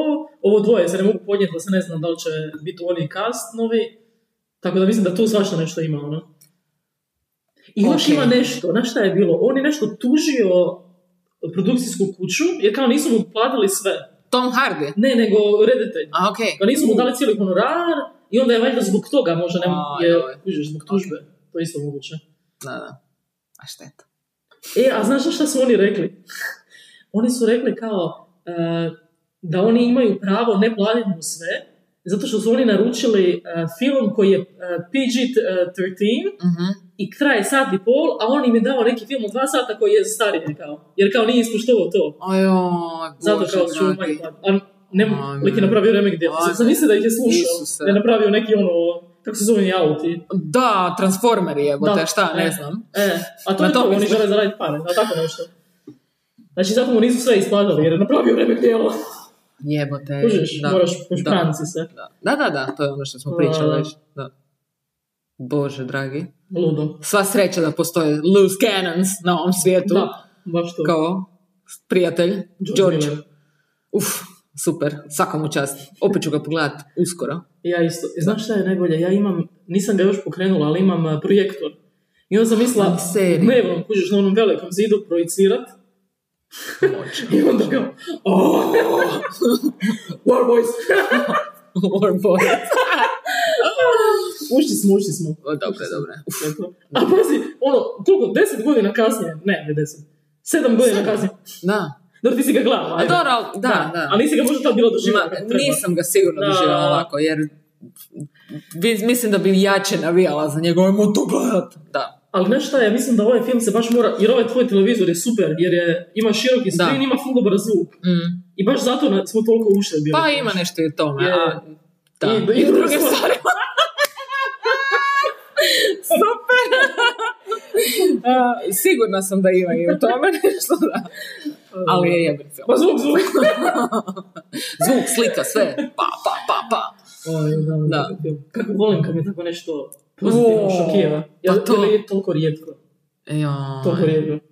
Speaker 2: ovo dvoje se ne mogu podnijeti, pa se ne znam da li će biti oni cast novi, tako da mislim da tu svašta nešto ima, ono. I još
Speaker 1: Okej.
Speaker 2: ima nešto, znaš šta je bilo, on je nešto tužio produkcijsku kuću, jer kao nisu mu platili sve.
Speaker 1: Tom Hardy.
Speaker 2: Ne, nego reditelj.
Speaker 1: A, okej.
Speaker 2: Ga nisu mu dali cijeli honorar i onda je valjda zbog toga možda ne
Speaker 1: A,
Speaker 2: je,
Speaker 1: joj.
Speaker 2: kužiš, zbog tužbe. To je isto moguće.
Speaker 1: Da, da. A šteta.
Speaker 2: E, a znaš šta su oni rekli? oni su rekli kao e, da oni imaju pravo ne platiti mu sve, zato što su oni naručili e, film koji je e, PG-13
Speaker 1: Mhm.
Speaker 2: i traje sat i pol, a on im je dao neki film od dva sata koji je stariji kao. Jer kao nije ispoštovao to.
Speaker 1: Ajoj, bože,
Speaker 2: Zato kao ono, ću
Speaker 1: dragi.
Speaker 2: manje platiti. A ne,
Speaker 1: Ajme.
Speaker 2: lik je napravio remek djela.
Speaker 1: Ajme.
Speaker 2: Sam mislim da ih je slušao.
Speaker 1: Isuse.
Speaker 2: Da je napravio neki ono, kako se zove oni auti.
Speaker 1: Da, Transformeri, jebote,
Speaker 2: Da.
Speaker 1: šta, ne
Speaker 2: E.
Speaker 1: znam.
Speaker 2: E, a to
Speaker 1: Na
Speaker 2: je
Speaker 1: to
Speaker 2: to, oni
Speaker 1: mislim.
Speaker 2: žele zaraditi pare, a tako nešto. Znači, zato mu nisu sve isplatili, jer je napravio remek djela.
Speaker 1: Jebote.
Speaker 2: Kužiš,
Speaker 1: E, da,
Speaker 2: moraš
Speaker 1: da.
Speaker 2: pošpranci se.
Speaker 1: Da. da, da, da, to je ono što smo pričali
Speaker 2: Da.
Speaker 1: već. Da. Bože, dragi.
Speaker 2: Ludo.
Speaker 1: Sva sreća da postoje loose cannons na ovom svijetu.
Speaker 2: Da, baš to.
Speaker 1: Kao prijatelj,
Speaker 2: George
Speaker 1: George.
Speaker 2: Miller.
Speaker 1: Uf, super, svaka mu čast. Opet ću ga pogledat uskoro.
Speaker 2: Ja isto. I Znaš šta je najbolje? Ja imam, nisam ga još pokrenula, ali imam a, projektor. I onda sam mislila,
Speaker 1: Ali serija.
Speaker 2: dnevnom, kužiš, na onom velikom zidu projicirat.
Speaker 1: Bože.
Speaker 2: I onda kao, oh, War Boys.
Speaker 1: War boy.
Speaker 2: Ušli smo, ušli smo.
Speaker 1: O, Dobro, dobro. Uf,
Speaker 2: Eto. A pazi, ono, koliko, deset godina kasnije, ne, ne deset, sedam godina kasnije,
Speaker 1: da.
Speaker 2: dobro ti si ga gledala,
Speaker 1: A
Speaker 2: ajde.
Speaker 1: Pa dobro, ali- da, da.
Speaker 2: Ali nisi ga možda tad bilo doživjela
Speaker 1: Ma,
Speaker 2: kako treba.
Speaker 1: nisam ga sigurno
Speaker 2: Da.
Speaker 1: doživjela ovako, jer bi- mislim da bi jače navijala za njega, ajmo to gledat. Da.
Speaker 2: Ali znaš šta, ja mislim da ovaj film se baš mora, jer ovaj tvoj televizor je super, jer je, ima široki
Speaker 1: Da.
Speaker 2: screen, ima full dobar zvuk.
Speaker 1: Mm.
Speaker 2: I baš zato na- smo toliko ušli bili. E,
Speaker 1: Pa ima nešto i u tome. a- Da.
Speaker 2: I- i
Speaker 1: I,
Speaker 2: druga
Speaker 1: druge
Speaker 2: stvar.
Speaker 1: stvari. Super! A, sigurna sam da ima i u tome nešto, da. Ali je jeben film.
Speaker 2: Pa zvuk, zvuk.
Speaker 1: Zvuk, slika, sve. Pa, pa, pa, pa.
Speaker 2: Oj, da,
Speaker 1: Da.
Speaker 2: da. Kako volim kad me tako nešto pozitivno
Speaker 1: O,
Speaker 2: šokira. Ja,
Speaker 1: pa to.
Speaker 2: Ili je toliko rijetko.
Speaker 1: Joj.
Speaker 2: Toliko rijetko.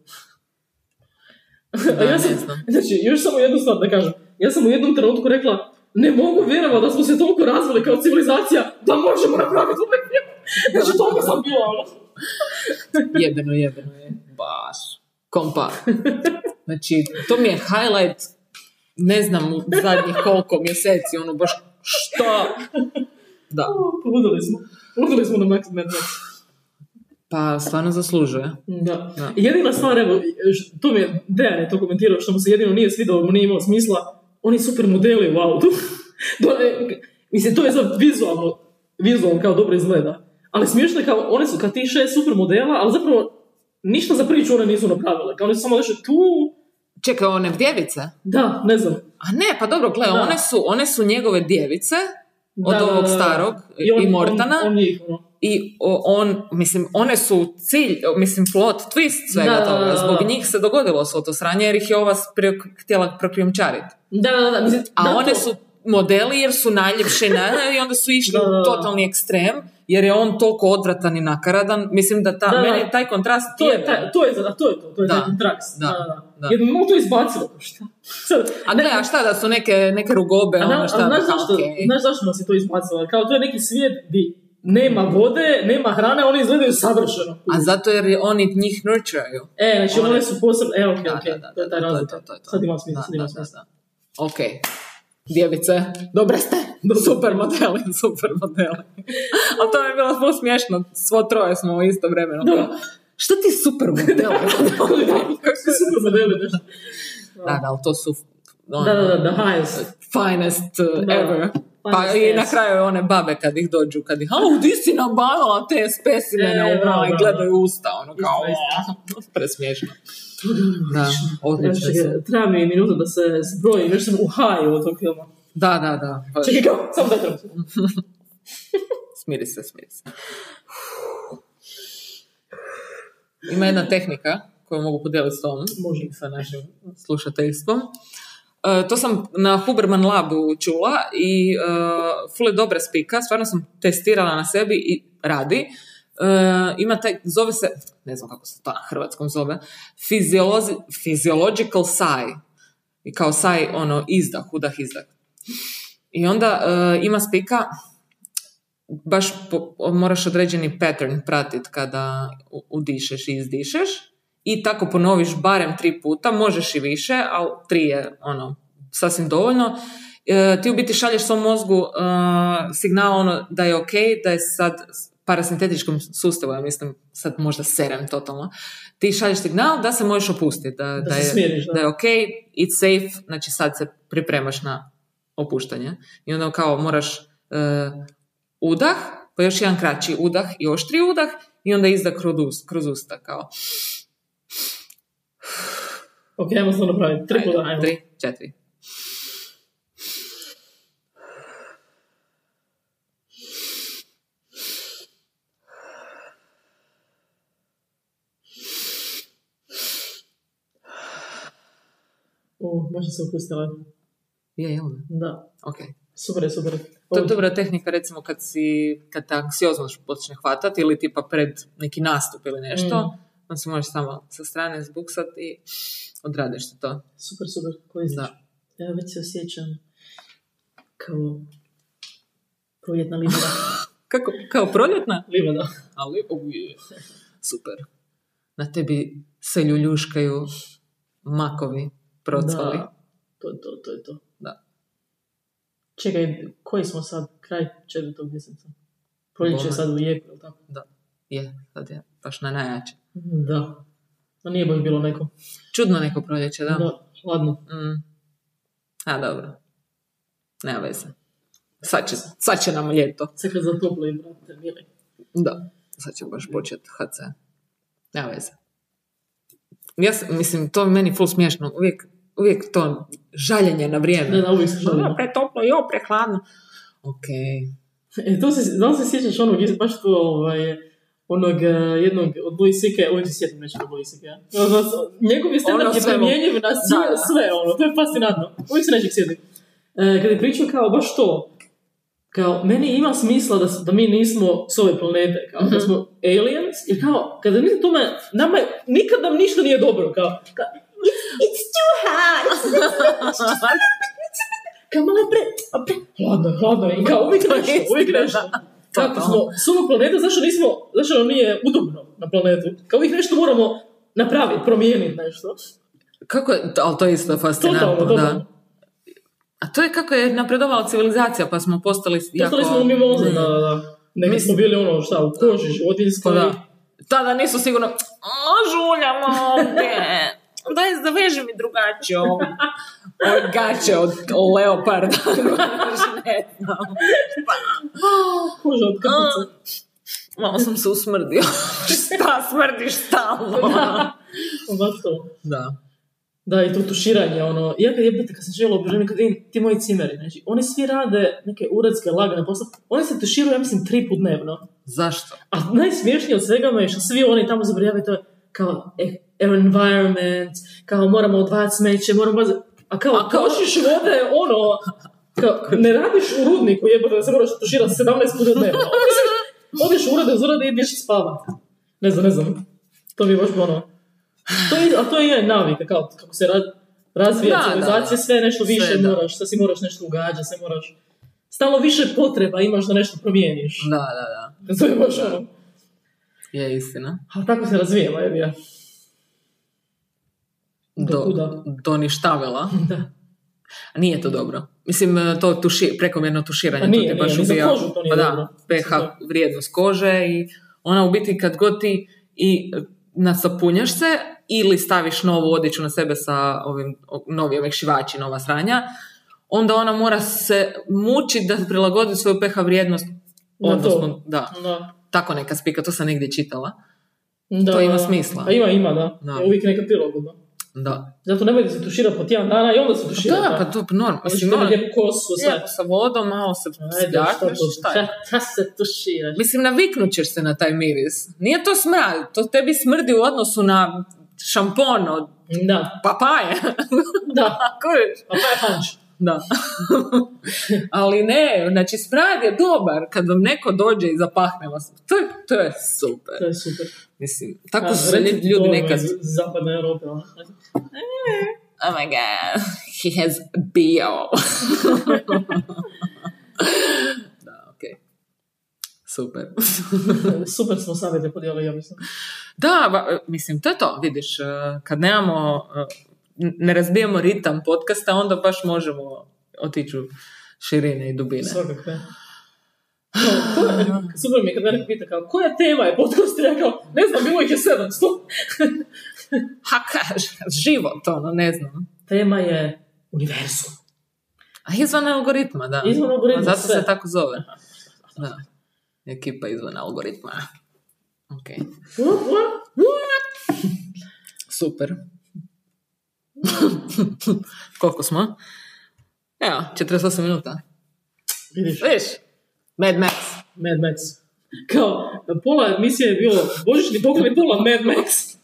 Speaker 1: Da,
Speaker 2: A ja
Speaker 1: ne
Speaker 2: sam,
Speaker 1: znam.
Speaker 2: znači, još samo jednu stvar da kažem. Ja sam u jednom trenutku rekla, ne mogu vjerovati da smo se toliko razvili kao civilizacija da možemo napraviti ovaj film. Znači, toliko sam bila, ono.
Speaker 1: Jebeno, jebeno je. Baš. Kompa. Znači, to mi je highlight, ne znam, u zadnjih koliko mjeseci, ono baš što? Da.
Speaker 2: Poludili smo. Poludili smo na Max Mad Max.
Speaker 1: Pa, stvarno zaslužuje.
Speaker 2: Da.
Speaker 1: Da.
Speaker 2: Jedina stvar, evo, š- to mi je, Dejan je to komentirao, što mu se jedino nije svidao, mu nije imao smisla, oni super modeli u autu. Do, e, mislim, to je za vizualno, vizualno kao dobro izgleda. Ali smiješno je kao, one su kao ti šest super modela, ali zapravo ništa za priču one nisu napravile. Kao one su samo došle tu,
Speaker 1: Čekaj, one djevice?
Speaker 2: da, ne znam.
Speaker 1: A ne, pa dobro, gle,
Speaker 2: Da.
Speaker 1: one su, one su njegove djevice, od
Speaker 2: Da,
Speaker 1: ovog
Speaker 2: da, da.
Speaker 1: starog i Mortana.
Speaker 2: On, on njih, ono.
Speaker 1: i o- on, mislim, one su cilj, mislim, plot twist svega
Speaker 2: Da, da, da,
Speaker 1: toga.
Speaker 2: da.
Speaker 1: Zbog njih se dogodilo svo to sranje jer ih je ova sprio- htjela prokrijumčariti.
Speaker 2: Da, da, da, mislim,
Speaker 1: A
Speaker 2: da,
Speaker 1: one
Speaker 2: to.
Speaker 1: su modeli jer su najljepše na- i onda su išli
Speaker 2: Da, da, da.
Speaker 1: u totalni ekstrem jer je on toliko odvratan i nakaradan. Mislim da ta,
Speaker 2: Da, da.
Speaker 1: meni je taj kontrast
Speaker 2: To je,
Speaker 1: jeban.
Speaker 2: taj, to je, za- to je to, to je
Speaker 1: Da.
Speaker 2: neki traks.
Speaker 1: Da. Da.
Speaker 2: Jer mi to izbacilo, pa šta? Sad,
Speaker 1: A gle, a šta da su neke, neke rugobe,
Speaker 2: A,
Speaker 1: ono
Speaker 2: zna-
Speaker 1: šta
Speaker 2: a
Speaker 1: da,
Speaker 2: znaš, zašto,
Speaker 1: okej.
Speaker 2: znaš zašto nas je to izbacilo? Kao to je neki svijet di nema vode, nema hrane, oni izgledaju savršeno.
Speaker 1: Mm. A zato jer je oni njih nurtureju.
Speaker 2: E, znači
Speaker 1: one-
Speaker 2: one su posebno, e, ok,
Speaker 1: Da,
Speaker 2: ok,
Speaker 1: da, da,
Speaker 2: to je taj
Speaker 1: da, to je
Speaker 2: razlog.
Speaker 1: to, to je to.
Speaker 2: Sad ima smisla, sad
Speaker 1: Da,
Speaker 2: ima
Speaker 1: da, da,
Speaker 2: smisla.
Speaker 1: da. Ok. Djevice, dobre ste. Super modeli, super modeli. Ali to mi je bilo svo smiješno. Svo troje smo u isto vremeno.
Speaker 2: Da.
Speaker 1: Šta ti super modeli?
Speaker 2: Kako se super modeli, nešto.
Speaker 1: da, da, ali to su ono,
Speaker 2: Da, da, da, the highest.
Speaker 1: finest uh,
Speaker 2: Da.
Speaker 1: ever. Pa
Speaker 2: Finest
Speaker 1: i na
Speaker 2: ass.
Speaker 1: kraju one babe kad ih dođu, kad ih, a di si nabavila te
Speaker 2: E,
Speaker 1: spesimene,
Speaker 2: da,
Speaker 1: ono,
Speaker 2: da,
Speaker 1: i gledaju usta, ono kao,
Speaker 2: Isto,
Speaker 1: presmiješno. Da, odlično
Speaker 2: Znači,
Speaker 1: su.
Speaker 2: treba mi minuta da se zbrojim, još sam u haju od tog filma.
Speaker 1: Da, da, da. pa, baš.
Speaker 2: Čekaj, kao, samo da trebam.
Speaker 1: Mm. Smiri se, smiri se. Ima jedna tehnika koju mogu podijeliti s tom,
Speaker 2: Može.
Speaker 1: sa našim slušateljstvom. E, to sam na Huberman Labu čula i e, ful je dobra spika, stvarno sam testirala na sebi i radi. E, ima taj, zove se, ne znam kako se to na hrvatskom zove, fiziolozi, physiological sigh. I kao sigh, ono, izdah, udah, izdah. I onda e, ima spika, baš po- moraš određeni pattern pratit kada u- udišeš i izdišeš i tako ponoviš barem tri puta, možeš i više, ali tri je ono sasvim dovoljno. E, ti u biti šalješ svom mozgu e, signal ono da je ok, da je sad s parasintetičkom sustavu, ja mislim sad možda serem totalno, ti šalješ signal da se možeš opustiti, da, da,
Speaker 2: se
Speaker 1: je,
Speaker 2: smiriš, da.
Speaker 1: da je ok, it's safe, znači sad se pripremaš na opuštanje. I onda kao moraš e, udah, pa još jedan kraći udah i oštri udah i onda izdah kroz, us- kroz usta kao.
Speaker 2: Ok, ajmo to napraviti. Tri puta, ajmo.
Speaker 1: Tri, četiri.
Speaker 2: U, baš sam se upustila.
Speaker 1: Je, jel? da?
Speaker 2: Da.
Speaker 1: Ok.
Speaker 2: Super je, super. je.
Speaker 1: To je
Speaker 2: Ovo-
Speaker 1: dobra tehnika recimo kad, si, kad te anksioznost počne hvatati ili tipa pred neki nastup ili nešto,
Speaker 2: Mm.
Speaker 1: onda se možeš samo sa strane zbuksat i odradiš se to.
Speaker 2: Super, super, kliziš.
Speaker 1: Da.
Speaker 2: Ja već se osjećam kao proljetna livada.
Speaker 1: Kako, kao proljetna,
Speaker 2: livada.
Speaker 1: ali uje, super. Na tebi se ljuljuškaju makovi procvali.
Speaker 2: Da, to je to, to je to.
Speaker 1: Da.
Speaker 2: Čekaj, koji smo sad? Kraj četvrtog mjeseca. Proljeće je
Speaker 1: Bome.
Speaker 2: sad u jeku, jel tako?
Speaker 1: Je, sad je baš na najjače.
Speaker 2: Da. No nije baš bilo neko.
Speaker 1: Čudno neko proljeće, da.
Speaker 2: hladno.
Speaker 1: Mm. A, dobro. Nema veze. Sad će, sad će nam ljeto.
Speaker 2: Sve kad zatoplo i brate, mili.
Speaker 1: Da. Sad će baš početi HC. Nema veze. Ja, sam- mislim, to je meni full smiješno. Uvijek, uvijek to žaljenje na vrijeme.
Speaker 2: Da, da, uvijek se žalimo.
Speaker 1: Ono, pretoplo, jo, prehladno. Ok.
Speaker 2: E, to se, da li se sjećaš onog, iz- baš tu, ovaj, onog eh, jednog od Louis C.K., uvijek se sjetim nešto od Louis C.K. Ono, njegov je stand
Speaker 1: Ono
Speaker 2: je
Speaker 1: sve mu-
Speaker 2: primjenjiv na sve,
Speaker 1: Da, da.
Speaker 2: sve, ono, to je fascinantno. Uvijek se nečeg sjetim. E, kad je pričao kao baš to, kao, meni ima smisla da, s- da mi nismo s ove planete, kao,
Speaker 1: Mhm.
Speaker 2: da smo aliens, jer kao, kada mi tome, nama je- nikad nam ništa nije dobro, kao, kao it's too hot, kao malo je pre, a pre, hladno, je, hladno, je, i kao, uvijek
Speaker 1: To je
Speaker 2: nešto, uvijek
Speaker 1: istina,
Speaker 2: nešto.
Speaker 1: da.
Speaker 2: Kako smo s ovog planeta, zašto nismo, zašto nam nije udobno na planetu? Kao uvijek nešto moramo napraviti, promijeniti nešto.
Speaker 1: Kako je, ali to je isto fascinantno,
Speaker 2: Totalno,
Speaker 1: da.
Speaker 2: totalno.
Speaker 1: A to je kako je napredovala civilizacija, pa smo postali jako...
Speaker 2: Postali smo mi možda,
Speaker 1: Mm.
Speaker 2: da, da, da. Nekad
Speaker 1: Mislim-
Speaker 2: smo bili ono, šta, u koži,
Speaker 1: Pa
Speaker 2: životinjskoj.
Speaker 1: da. Tada nisu sigurno, a žuljamo ovdje, daj zaveži mi drugačije ovo. Ove gače od leoparda, ne znam.
Speaker 2: Koža od krpice.
Speaker 1: Malo sam se usmrdio. šta smrdiš stalno?
Speaker 2: Da. Ovako.
Speaker 1: Da.
Speaker 2: Da, i to tuširanje, ono, ja kad jebate kad sam živjela u Berlinu, kad vidim ti moji cimeri, znači, oni svi rade neke uredske lagane posla, oni se tuširaju, ja mislim, tri put dnevno.
Speaker 1: Zašto?
Speaker 2: A najsmiješnije od svega me je što svi oni tamo zabrinjavaju to je kao e, environment, kao moramo odvajati smeće, moramo... odvajati- A kao,
Speaker 1: A
Speaker 2: a
Speaker 1: kao-
Speaker 2: vode, ono, kao, ne radiš u rudniku, jebote, da se moraš tuširati 17 puta dnevno. Odeš u urede, iz urede i ideš spavati. Ne znam, ne znam. To mi je baš ono... To je, a to je i navika, kao, kako se rad, razvija
Speaker 1: Da, da,
Speaker 2: civilizacija,
Speaker 1: da.
Speaker 2: sve nešto više
Speaker 1: Sve, da.
Speaker 2: moraš, sve si moraš nešto ugađati, sve moraš... Stalno više potreba imaš da nešto promijeniš.
Speaker 1: Da, da, da.
Speaker 2: To je baš ono...
Speaker 1: Je istina.
Speaker 2: Ali tako se razvijela je ja. bio. Do kuda?
Speaker 1: doništavila.
Speaker 2: Da.
Speaker 1: Nije to dobro. Mislim, e, to tuši, prekomjerno tuširanje.
Speaker 2: Pa nije,
Speaker 1: to ti baš
Speaker 2: nije, ni za
Speaker 1: ubija.
Speaker 2: kožu to nije
Speaker 1: pa da,
Speaker 2: dobro.
Speaker 1: pH vrijednost kože i ona u biti kad god ti i e, nasapunjaš se ili staviš novu odjeću na sebe sa ovim o- novi omekšivači, nova sranja, onda ona mora se mučiti da prilagodi svoju pH vrijednost.
Speaker 2: Na to.
Speaker 1: Odnosno, da,
Speaker 2: Da.
Speaker 1: tako neka spika, to sam negdje čitala.
Speaker 2: da.
Speaker 1: To ima smisla.
Speaker 2: Pa ima, ima, da.
Speaker 1: Da.
Speaker 2: Je Uvijek neka prilagodba.
Speaker 1: Da.
Speaker 2: Zato nemojte se tuširati po tjedan dana i onda se
Speaker 1: Da,
Speaker 2: tuširati.
Speaker 1: pa to normalno.
Speaker 2: Možeš
Speaker 1: Mislim,
Speaker 2: imati
Speaker 1: ono,
Speaker 2: lijepu kosu, sve.
Speaker 1: lijepo sa vodom, malo se
Speaker 2: Ajde, šta
Speaker 1: spljakneš,
Speaker 2: to?
Speaker 1: šta je?
Speaker 2: Šta se tuširaš?
Speaker 1: Mislim, naviknut ćeš se na taj miris. Nije to smrad, to tebi smrdi u odnosu na šampon od
Speaker 2: Da,
Speaker 1: papaje.
Speaker 2: da.
Speaker 1: Kužiš?
Speaker 2: A pa je panč.
Speaker 1: da. Ali ne, znači smrad je dobar kad vam neko dođe i zapahne vas. To je, to je super.
Speaker 2: To je super.
Speaker 1: Mislim, tako
Speaker 2: A,
Speaker 1: su se
Speaker 2: reci ti
Speaker 1: ljudi
Speaker 2: to,
Speaker 1: nekad...
Speaker 2: iz zapadne Europe. ono.
Speaker 1: Oh my god, he has bio. da, okej. Super.
Speaker 2: Super smo savjete podijeli, ja mislim.
Speaker 1: Da, ba- mislim, to je to, vidiš, eh, kad nemamo, eh, ne razbijemo ritam podcasta, onda baš možemo otići u širine i dubine.
Speaker 2: Svakako. je. Kao, ko je- Super mi je kad mene pita kao, koja tema je podcast? Ja kao, ne znam, bilo ih je 700.
Speaker 1: Ha, kaže, život, ono, ne znam.
Speaker 2: Tema je univerzum.
Speaker 1: A izvan algoritma, da.
Speaker 2: Izvan algoritma,
Speaker 1: A zato se
Speaker 2: sve.
Speaker 1: tako zove. Da. Ekipa izvan algoritma. Ok.
Speaker 2: What, what?
Speaker 1: Super. Koliko smo? Evo, 48 minuta.
Speaker 2: Vidiš,
Speaker 1: Viš? Mad Max.
Speaker 2: Mad Max. Kao, pola emisije je bilo božićni poklon i pola Mad Max.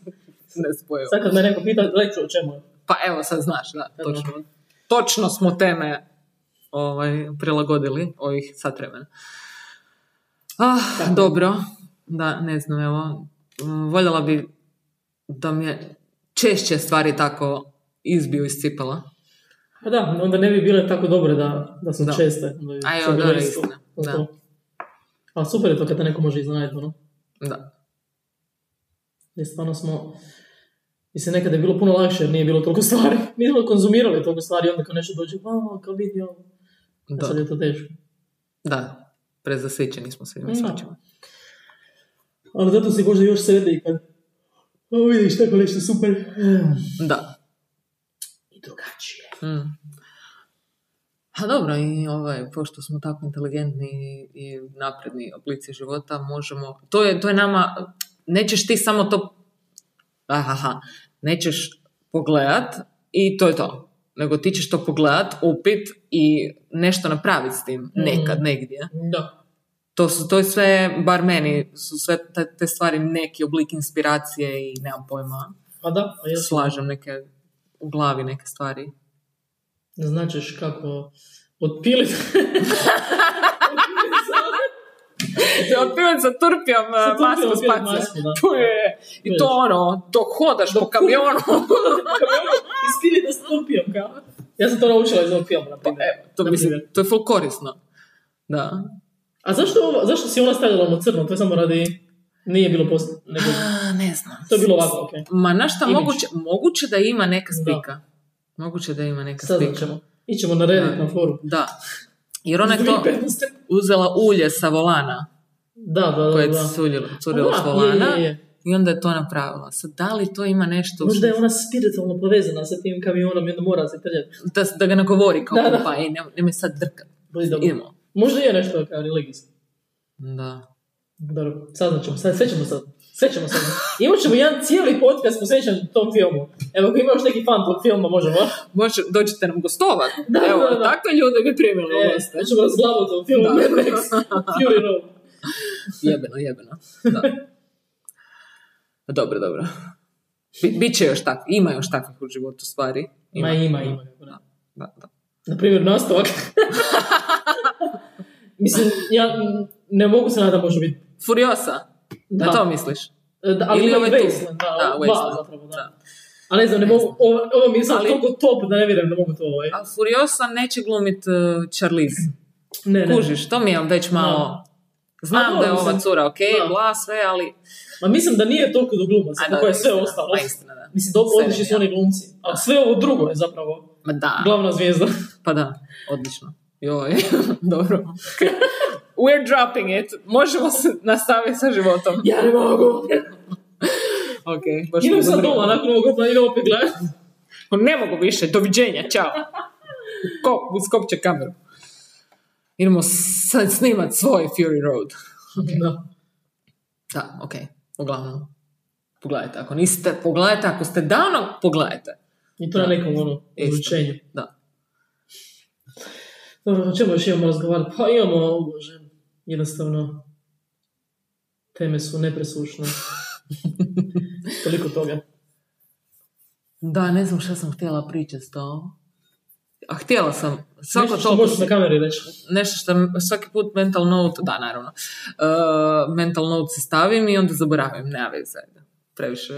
Speaker 1: Ne spojivo.
Speaker 2: Sad kad me neko pita, reću o čemu je.
Speaker 1: Pa evo, sad znaš, da,
Speaker 2: Da.
Speaker 1: točno. Točno smo teme ovaj, prilagodili ovih sat vremena. Ah, dobro. Da, ne znam, evo. Mm, Voljela bi da mi je češće stvari tako izbiju iz cipela.
Speaker 2: Pa da, onda ne bi bile tako dobre da, da su
Speaker 1: Da.
Speaker 2: česte.
Speaker 1: A evo,
Speaker 2: Sad bi
Speaker 1: da,
Speaker 2: bilo isto.
Speaker 1: istina,
Speaker 2: To je
Speaker 1: da.
Speaker 2: to. A super je to kad te neko može iznenaditi, ono.
Speaker 1: Da.
Speaker 2: Jer stvarno smo... Mislim, nekada je bilo puno lakše jer nije bilo toliko stvari. Nismo konzumirali toliko stvari, onda kad nešto dođe, vau, kao vidi ovo. A
Speaker 1: Da.
Speaker 2: Sad je to teško.
Speaker 1: Da, prezasićeni smo svime
Speaker 2: Da.
Speaker 1: svačima.
Speaker 2: Ali zato si možda još sredniji kad o, vidiš tako nešto super. Mm.
Speaker 1: Da.
Speaker 2: I drugačije.
Speaker 1: Mm. A dobro, i ovaj, pošto smo tako inteligentni i napredni oblici života, možemo... To je, to je nama... Nećeš ti samo to... Ahaha. Nećeš pogledat i to je to. Nego ti ćeš to pogledat, upit i nešto napraviti s tim. Nekad, negdje.
Speaker 2: Da.
Speaker 1: To, su, to je sve, bar meni, su sve te, te stvari neki oblik inspiracije i nemam pojma.
Speaker 2: Pa da, pa jel
Speaker 1: Slažem neke u glavi neke stvari.
Speaker 2: značiš kako otpiliti.
Speaker 1: Otpivac sa turpijom e,
Speaker 2: Sa turpijom
Speaker 1: masku
Speaker 2: otpivac
Speaker 1: spacija.
Speaker 2: masku, da.
Speaker 1: To je, i to ono, to hodaš po kamionu.
Speaker 2: Ispili da stopio, kao. Ja sam to naučila iz ovog filma, na primjer.
Speaker 1: Pa Evo, E, to,
Speaker 2: Na
Speaker 1: mislim,
Speaker 2: primjer.
Speaker 1: to je ful korisno. Da.
Speaker 2: A zašto, ovo, zašto si ona stavila ono crno? To je samo radi... Nije bilo post... Nego...
Speaker 1: A, Ah, ne znam.
Speaker 2: To je bilo ovako, ok.
Speaker 1: Ma na šta
Speaker 2: Imidž.
Speaker 1: moguće, moguće da ima neka
Speaker 2: Da.
Speaker 1: spika. Moguće da ima neka
Speaker 2: Sad
Speaker 1: spika.
Speaker 2: ćemo. Ićemo na Reddit, na foru.
Speaker 1: Da. Jer ona je to uzela ulje sa volana
Speaker 2: Da, da, da.
Speaker 1: koje je
Speaker 2: da.
Speaker 1: culjilo- curilo
Speaker 2: A,
Speaker 1: s
Speaker 2: je,
Speaker 1: volana
Speaker 2: je, je.
Speaker 1: i onda je to napravila. Sad, da li to ima nešto u
Speaker 2: Možda je ona spiritualno povezana sa tim kamionom i onda mora se trljati.
Speaker 1: da, da ga nagovori kao
Speaker 2: Da, da.
Speaker 1: pa ej, nemoj, nemoj sad drkat.
Speaker 2: Budi dobro.
Speaker 1: Idemo.
Speaker 2: Možda je nešto kao religijsko.
Speaker 1: Da.
Speaker 2: Dobro, saznat ćemo, sad, sve ćemo sad. Sve ćemo sad. Imat ćemo jedan cijeli podcast posvećen tom filmu. Evo, ako ima još neki fan tog filma, možemo.
Speaker 1: Može, dođite nam gostovat.
Speaker 2: Da,
Speaker 1: Evo,
Speaker 2: da, da.
Speaker 1: takve ljude bi primili u
Speaker 2: E,
Speaker 1: goste.
Speaker 2: da ćemo razglavati o filmu
Speaker 1: Da.
Speaker 2: Mad Max, Fury Road.
Speaker 1: Jebeno, jebeno. Da. Pa Dobro, dobro. Bi, biće još tak, ima još takvih u životu stvari.
Speaker 2: Ma ima, ima. kako ne.
Speaker 1: Da, da.
Speaker 2: Naprimjer, nastavak. Mislim, ja m, ne mogu se nadam da može biti.
Speaker 1: Furiosa, da.
Speaker 2: Da.
Speaker 1: to misliš?
Speaker 2: E, Da, ali
Speaker 1: Ili
Speaker 2: ima i
Speaker 1: ovaj tu.
Speaker 2: Wasteland, da,
Speaker 1: Da,
Speaker 2: dva
Speaker 1: Wasteland.
Speaker 2: zapravo, da.
Speaker 1: Da.
Speaker 2: Ali ne znam, ne mogu, ovo, ovo mi je sad
Speaker 1: Ali-
Speaker 2: toliko top da ne vjerujem da mogu to ovaj.
Speaker 1: A Furiosa neće glumit uh, Charlize.
Speaker 2: Ne, ne.
Speaker 1: Kužiš, to mi je već malo... Znam
Speaker 2: A,
Speaker 1: da je
Speaker 2: dobro,
Speaker 1: ova
Speaker 2: mislim,
Speaker 1: cura ok,
Speaker 2: da.
Speaker 1: bla, sve, ali...
Speaker 2: Ma mislim da nije toliko do glumaca,
Speaker 1: A,
Speaker 2: kako
Speaker 1: dobro,
Speaker 2: je sve
Speaker 1: istina,
Speaker 2: ostalo.
Speaker 1: ma, istina, da.
Speaker 2: Mislim, dobro
Speaker 1: Sve
Speaker 2: odlični
Speaker 1: je,
Speaker 2: su oni glumci. A sve ovo drugo je zapravo
Speaker 1: Ma da.
Speaker 2: glavna zvijezda.
Speaker 1: Pa da, odlično. Joj, dobro. okej. We're dropping it. Možemo se nastaviti sa životom.
Speaker 2: Ja ne mogu.
Speaker 1: Ok, baš
Speaker 2: Idem
Speaker 1: me
Speaker 2: sad
Speaker 1: zabrinulo.
Speaker 2: doma nakon ovog opna, idem opet gledat.
Speaker 1: Ne mogu više, doviđenja, čao. Kop, uskopće kameru. Idemo sad snimat svoj Fury Road.
Speaker 2: Da.
Speaker 1: Da, ok, uglavnom. Pogledajte, ako niste, pogledajte, ako ste davno, pogledajte.
Speaker 2: I to na nekom ono,
Speaker 1: Isto.
Speaker 2: izručenju.
Speaker 1: Da.
Speaker 2: Dobro, o čemu još imamo razgovarati? Pa imamo, o Bože, jednostavno, teme su nepresušne. Toliko toga.
Speaker 1: Da, ne znam šta sam htjela pričati s to. A htjela sam, svako
Speaker 2: Nešto što
Speaker 1: toliko
Speaker 2: možeš na kameri reći.
Speaker 1: nešto što m- svaki put mental note, da naravno, e, mental note si stavim i onda zaboravim, nema veze. Previše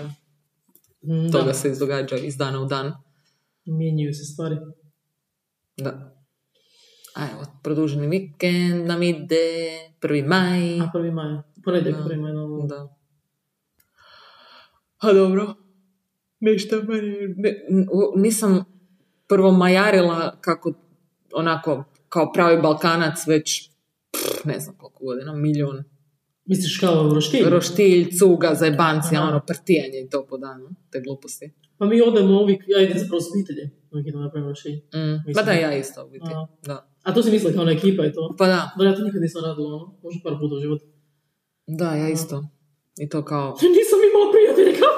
Speaker 2: Mm,
Speaker 1: toga
Speaker 2: Da,
Speaker 1: se izdogađa iz dana u dan.
Speaker 2: mijenjaju se stvari.
Speaker 1: Da. A evo, produženi vikend nam ide, prvi maj.
Speaker 2: A prvi maj, ponedjeljak ono,
Speaker 1: Da.
Speaker 2: prvi maj na ovom.
Speaker 1: Da. A dobro, nešto meni... ne- n- u- nisam prvo majarila kako onako kao pravi Balkanac već pff, ne znam koliko godina, milion
Speaker 2: Misliš kao roštilj?
Speaker 1: roštilj, cuga, zajbanci,
Speaker 2: Aha.
Speaker 1: ono, partijanje i to po danu, te gluposti.
Speaker 2: Pa mi odemo uvijek, ja idem zapravo s obitelji. Uvijek idemo napravimo roštilj.
Speaker 1: Mm. Pa
Speaker 2: Mislim
Speaker 1: da,
Speaker 2: da-
Speaker 1: ja isto, u biti.
Speaker 2: Aha.
Speaker 1: Da.
Speaker 2: A to si mislila kao na ekipa i to?
Speaker 1: Pa da,
Speaker 2: Da, ja to nikad nisam radila, ono. Možda par puta u životu.
Speaker 1: da,
Speaker 2: Mm.
Speaker 1: ja isto. I to kao,
Speaker 2: nisam imala prijatelja kao.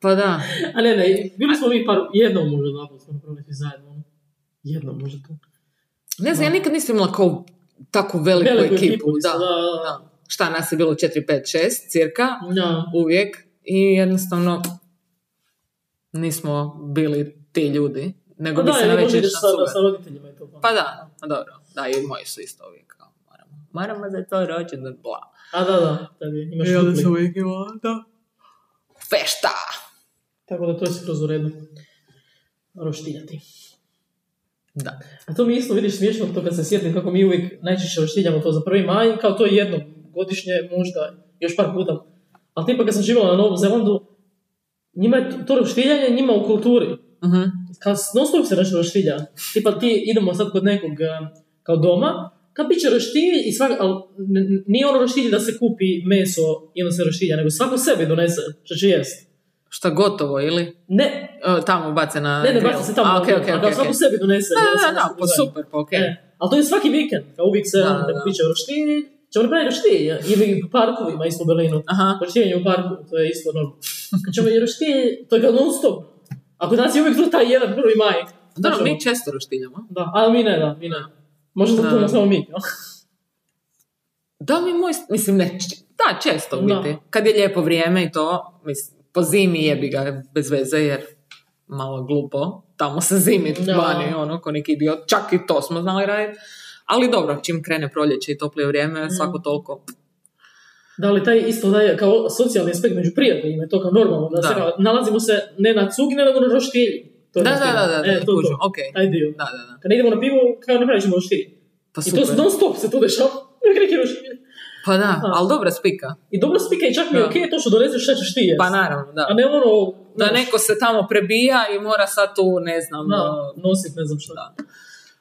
Speaker 1: pa da,
Speaker 2: A ne, ne, bili smo mi par, jednom možda napravo smo napravili svi zajedno. ono. Jednom možda to.
Speaker 1: ne znam, ja nikad nisam imala kao tako veliku,
Speaker 2: é
Speaker 1: ekipu.
Speaker 2: mislim,
Speaker 1: da,
Speaker 2: da,
Speaker 1: da. Šta, nas je bilo 4, 5, 6, cirka,
Speaker 2: da. da.
Speaker 1: uvijek. I jednostavno nismo bili ti ljudi, nego
Speaker 2: Pa
Speaker 1: bi
Speaker 2: da,
Speaker 1: se na
Speaker 2: ja možda
Speaker 1: večer
Speaker 2: ideš sa, sa roditeljima i to. Pa.
Speaker 1: Pa da, a dobro, da, i moji su isto uvijek kao, moramo, moramo za to rođendan, bla.
Speaker 2: A da, da, tebi imaš
Speaker 1: I onda
Speaker 2: dupli.
Speaker 1: sam uvijek imala, da. Fešta!
Speaker 2: Tako da to je skroz u redu. Roštiljati.
Speaker 1: Da.
Speaker 2: A to mi je isto vidiš smiješno to kad se sjetim kako mi uvijek najčešće roštiljamo to za prvi maj, kao to je jednom godišnje, možda još par puta. Ali tipa kad sam živjela na Novom Zelandu, njima je to- to roštiljanje njima u kulturi.
Speaker 1: Mhm.
Speaker 2: Kao non stop se nešto roštilja. Tipa ti idemo sad kod nekog eh, kao doma kapiće roštilj i svak, ali n- nije ono roštilj da se kupi meso i onda se roštilja, nego svako sebi donese što će jest.
Speaker 1: Šta gotovo ili?
Speaker 2: Ne,
Speaker 1: E, tamo bace na...
Speaker 2: ne, ne, baš se tamo,
Speaker 1: A, okej,
Speaker 2: a
Speaker 1: okej,
Speaker 2: kao
Speaker 1: okej,
Speaker 2: svako
Speaker 1: okej.
Speaker 2: sebi donese.
Speaker 1: Da, da, da,
Speaker 2: donese sebi
Speaker 1: pa
Speaker 2: zajedno.
Speaker 1: super, pa okej.
Speaker 2: E, ali to je svaki vikend, kao uvijek se
Speaker 1: Da,
Speaker 2: ono,
Speaker 1: da.
Speaker 2: tako piće roštilj, ćemo napraviti roštilj, ili u parkovima isto u Berlinu.
Speaker 1: Aha,
Speaker 2: Roštiljenje u parku, to je isto normalno. Kad ćemo i roštilj, to je kao non stop. A kod nas je uvijek to taj jedan prvi maj.
Speaker 1: dobro,
Speaker 2: Znači,
Speaker 1: mi često roštiljamo.
Speaker 2: Da, ali mi ne, da, mi ne. Možda
Speaker 1: Da.
Speaker 2: to samo mi.
Speaker 1: Da, mi moj, mislim, ne, č- da, često u
Speaker 2: Da.
Speaker 1: biti. Kad je lijepo vrijeme i to, mislim, po zimi jebi ga bez veze jer malo glupo, tamo se zimi
Speaker 2: Da.
Speaker 1: vani, ono, ko neki idiot, čak i to smo znali raditi. Ali dobro, čim krene proljeće i toplije
Speaker 2: Mhm.
Speaker 1: vrijeme, svako toliko,
Speaker 2: Da li taj isto taj kao socijalni aspekt među prijateljima je to kao normalno, da, se
Speaker 1: Da.
Speaker 2: kao nalazimo se ne na cugine nego na roštilju. To je
Speaker 1: Da, da,
Speaker 2: roštilj.
Speaker 1: da, da,
Speaker 2: E,
Speaker 1: da,
Speaker 2: to,
Speaker 1: kužim,
Speaker 2: to,
Speaker 1: okej.
Speaker 2: taj dio.
Speaker 1: Da, da, da.
Speaker 2: Kad ne idemo na pivo, kao napravit ćemo roštilj.
Speaker 1: Pa
Speaker 2: I to se
Speaker 1: super.
Speaker 2: non stop se to dešava. Uvijek neki roštilj.
Speaker 1: Pa da,
Speaker 2: Da.
Speaker 1: ali dobra spika.
Speaker 2: I dobro spika i čak mi je
Speaker 1: Da.
Speaker 2: okej to što doneseš šta ćeš ti jest.
Speaker 1: Pa naravno, da.
Speaker 2: A ne ono...
Speaker 1: Da
Speaker 2: znaš,
Speaker 1: neko se tamo prebija i mora sad tu, ne znam, ono-
Speaker 2: Da, nosit ne znam šta.
Speaker 1: Da.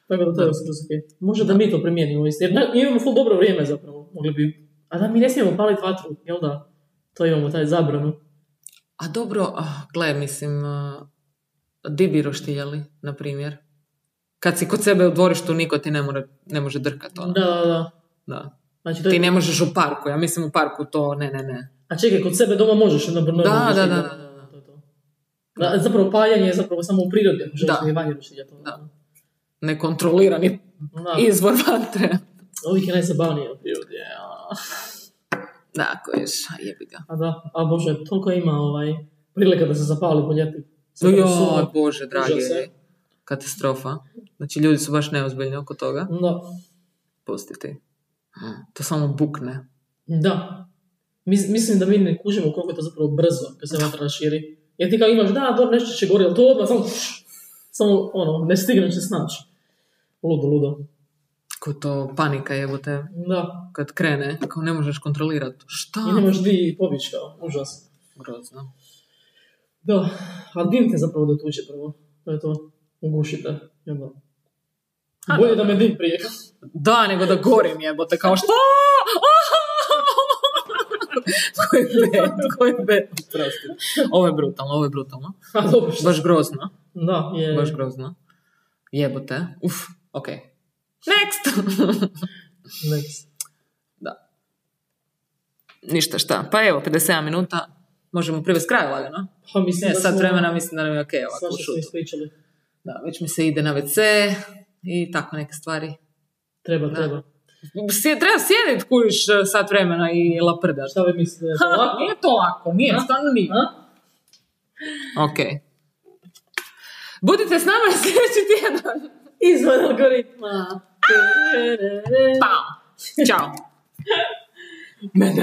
Speaker 2: Tako da to je skroz okej. Može da mi to primijenimo isto. Jer na- imamo full dobro vrijeme zapravo. Mogli bi... A da, mi ne smijemo paliti vatru, jel da? To imamo, taj zabranu.
Speaker 1: A dobro, ah, gle, mislim, a, di bi roštiljali, na primjer? Kad si kod sebe u dvorištu, niko ti ne, mora, ne može drkat ono.
Speaker 2: Da, da, da.
Speaker 1: Da.
Speaker 2: Znači, to je...
Speaker 1: Ti ne možeš u parku, ja mislim u parku to, ne, ne, ne.
Speaker 2: A čekaj, kod sebe doma možeš na normalno
Speaker 1: Da,
Speaker 2: roštilj,
Speaker 1: da, da,
Speaker 2: da,
Speaker 1: da, da.
Speaker 2: to je to. Da, zapravo paljanje je zapravo samo u prirodi, ako želiš
Speaker 1: Da.
Speaker 2: i vanje roštilja. to.
Speaker 1: Da. Nekontrolirani
Speaker 2: ono. Da.
Speaker 1: izvor vatre.
Speaker 2: Uvijek je najzabavnije u prirodi. a.
Speaker 1: Da, kojiš, a jebi ga.
Speaker 2: A da, a bože, toliko ima ovaj, prilika da se zapali po ljepi.
Speaker 1: No joj, bože, dragi,
Speaker 2: Užas, e.
Speaker 1: katastrofa. Znači, ljudi su baš neozbiljni oko toga.
Speaker 2: Da,
Speaker 1: Pustiti. To samo bukne.
Speaker 2: da. Mis- mislim da mi ne kužimo koliko je to zapravo brzo kad se vatra širi. Jer ti kao imaš, da, dobro, nešto će gori, ali to odmah samo, samo ono, ne stigne se snaći. Ludo, ludo.
Speaker 1: Ko to panika jebote
Speaker 2: Da,
Speaker 1: kad krene, kao ne možeš kontrolirati. Šta?
Speaker 2: i nemaš di pobjeći kao, užas.
Speaker 1: Grozno.
Speaker 2: Da, a dim te zapravo dotuče prvo. To je to. Ugušite. Jedno.
Speaker 1: A,
Speaker 2: Bolje da me dim prije.
Speaker 1: Da, nego da gorim jebote, kao što? koji bed, koji bed, oprosti. Ovo je brutalno, ovo je brutalno.
Speaker 2: A dobro što.
Speaker 1: Baš grozno,
Speaker 2: Da, je.
Speaker 1: baš grozno. Jebote, uf, ok. Next!
Speaker 2: Next.
Speaker 1: Ništa šta, pa evo, 57 minuta, možemo privesti kraj lagano.
Speaker 2: Pa mislim
Speaker 1: Ne,
Speaker 2: da
Speaker 1: E, sad
Speaker 2: smo-
Speaker 1: vremena mislim da nam je ok ovako u
Speaker 2: Svašta smo
Speaker 1: šutu.
Speaker 2: ispričali.
Speaker 1: Da, već mi se ide na WC i tako neke stvari.
Speaker 2: Treba,
Speaker 1: Da.
Speaker 2: treba.
Speaker 1: Sje- treba sjedit kuviš eh, sat vremena i laprdaš.
Speaker 2: Šta vi mislite? da je to
Speaker 1: Ha,
Speaker 2: Ovako?
Speaker 1: nije to lako, nije, stvarno nije.
Speaker 2: A?
Speaker 1: Ok. Budite s nama sljedeći tjedan.
Speaker 2: Izvan algoritma.
Speaker 1: Pao. Ćao.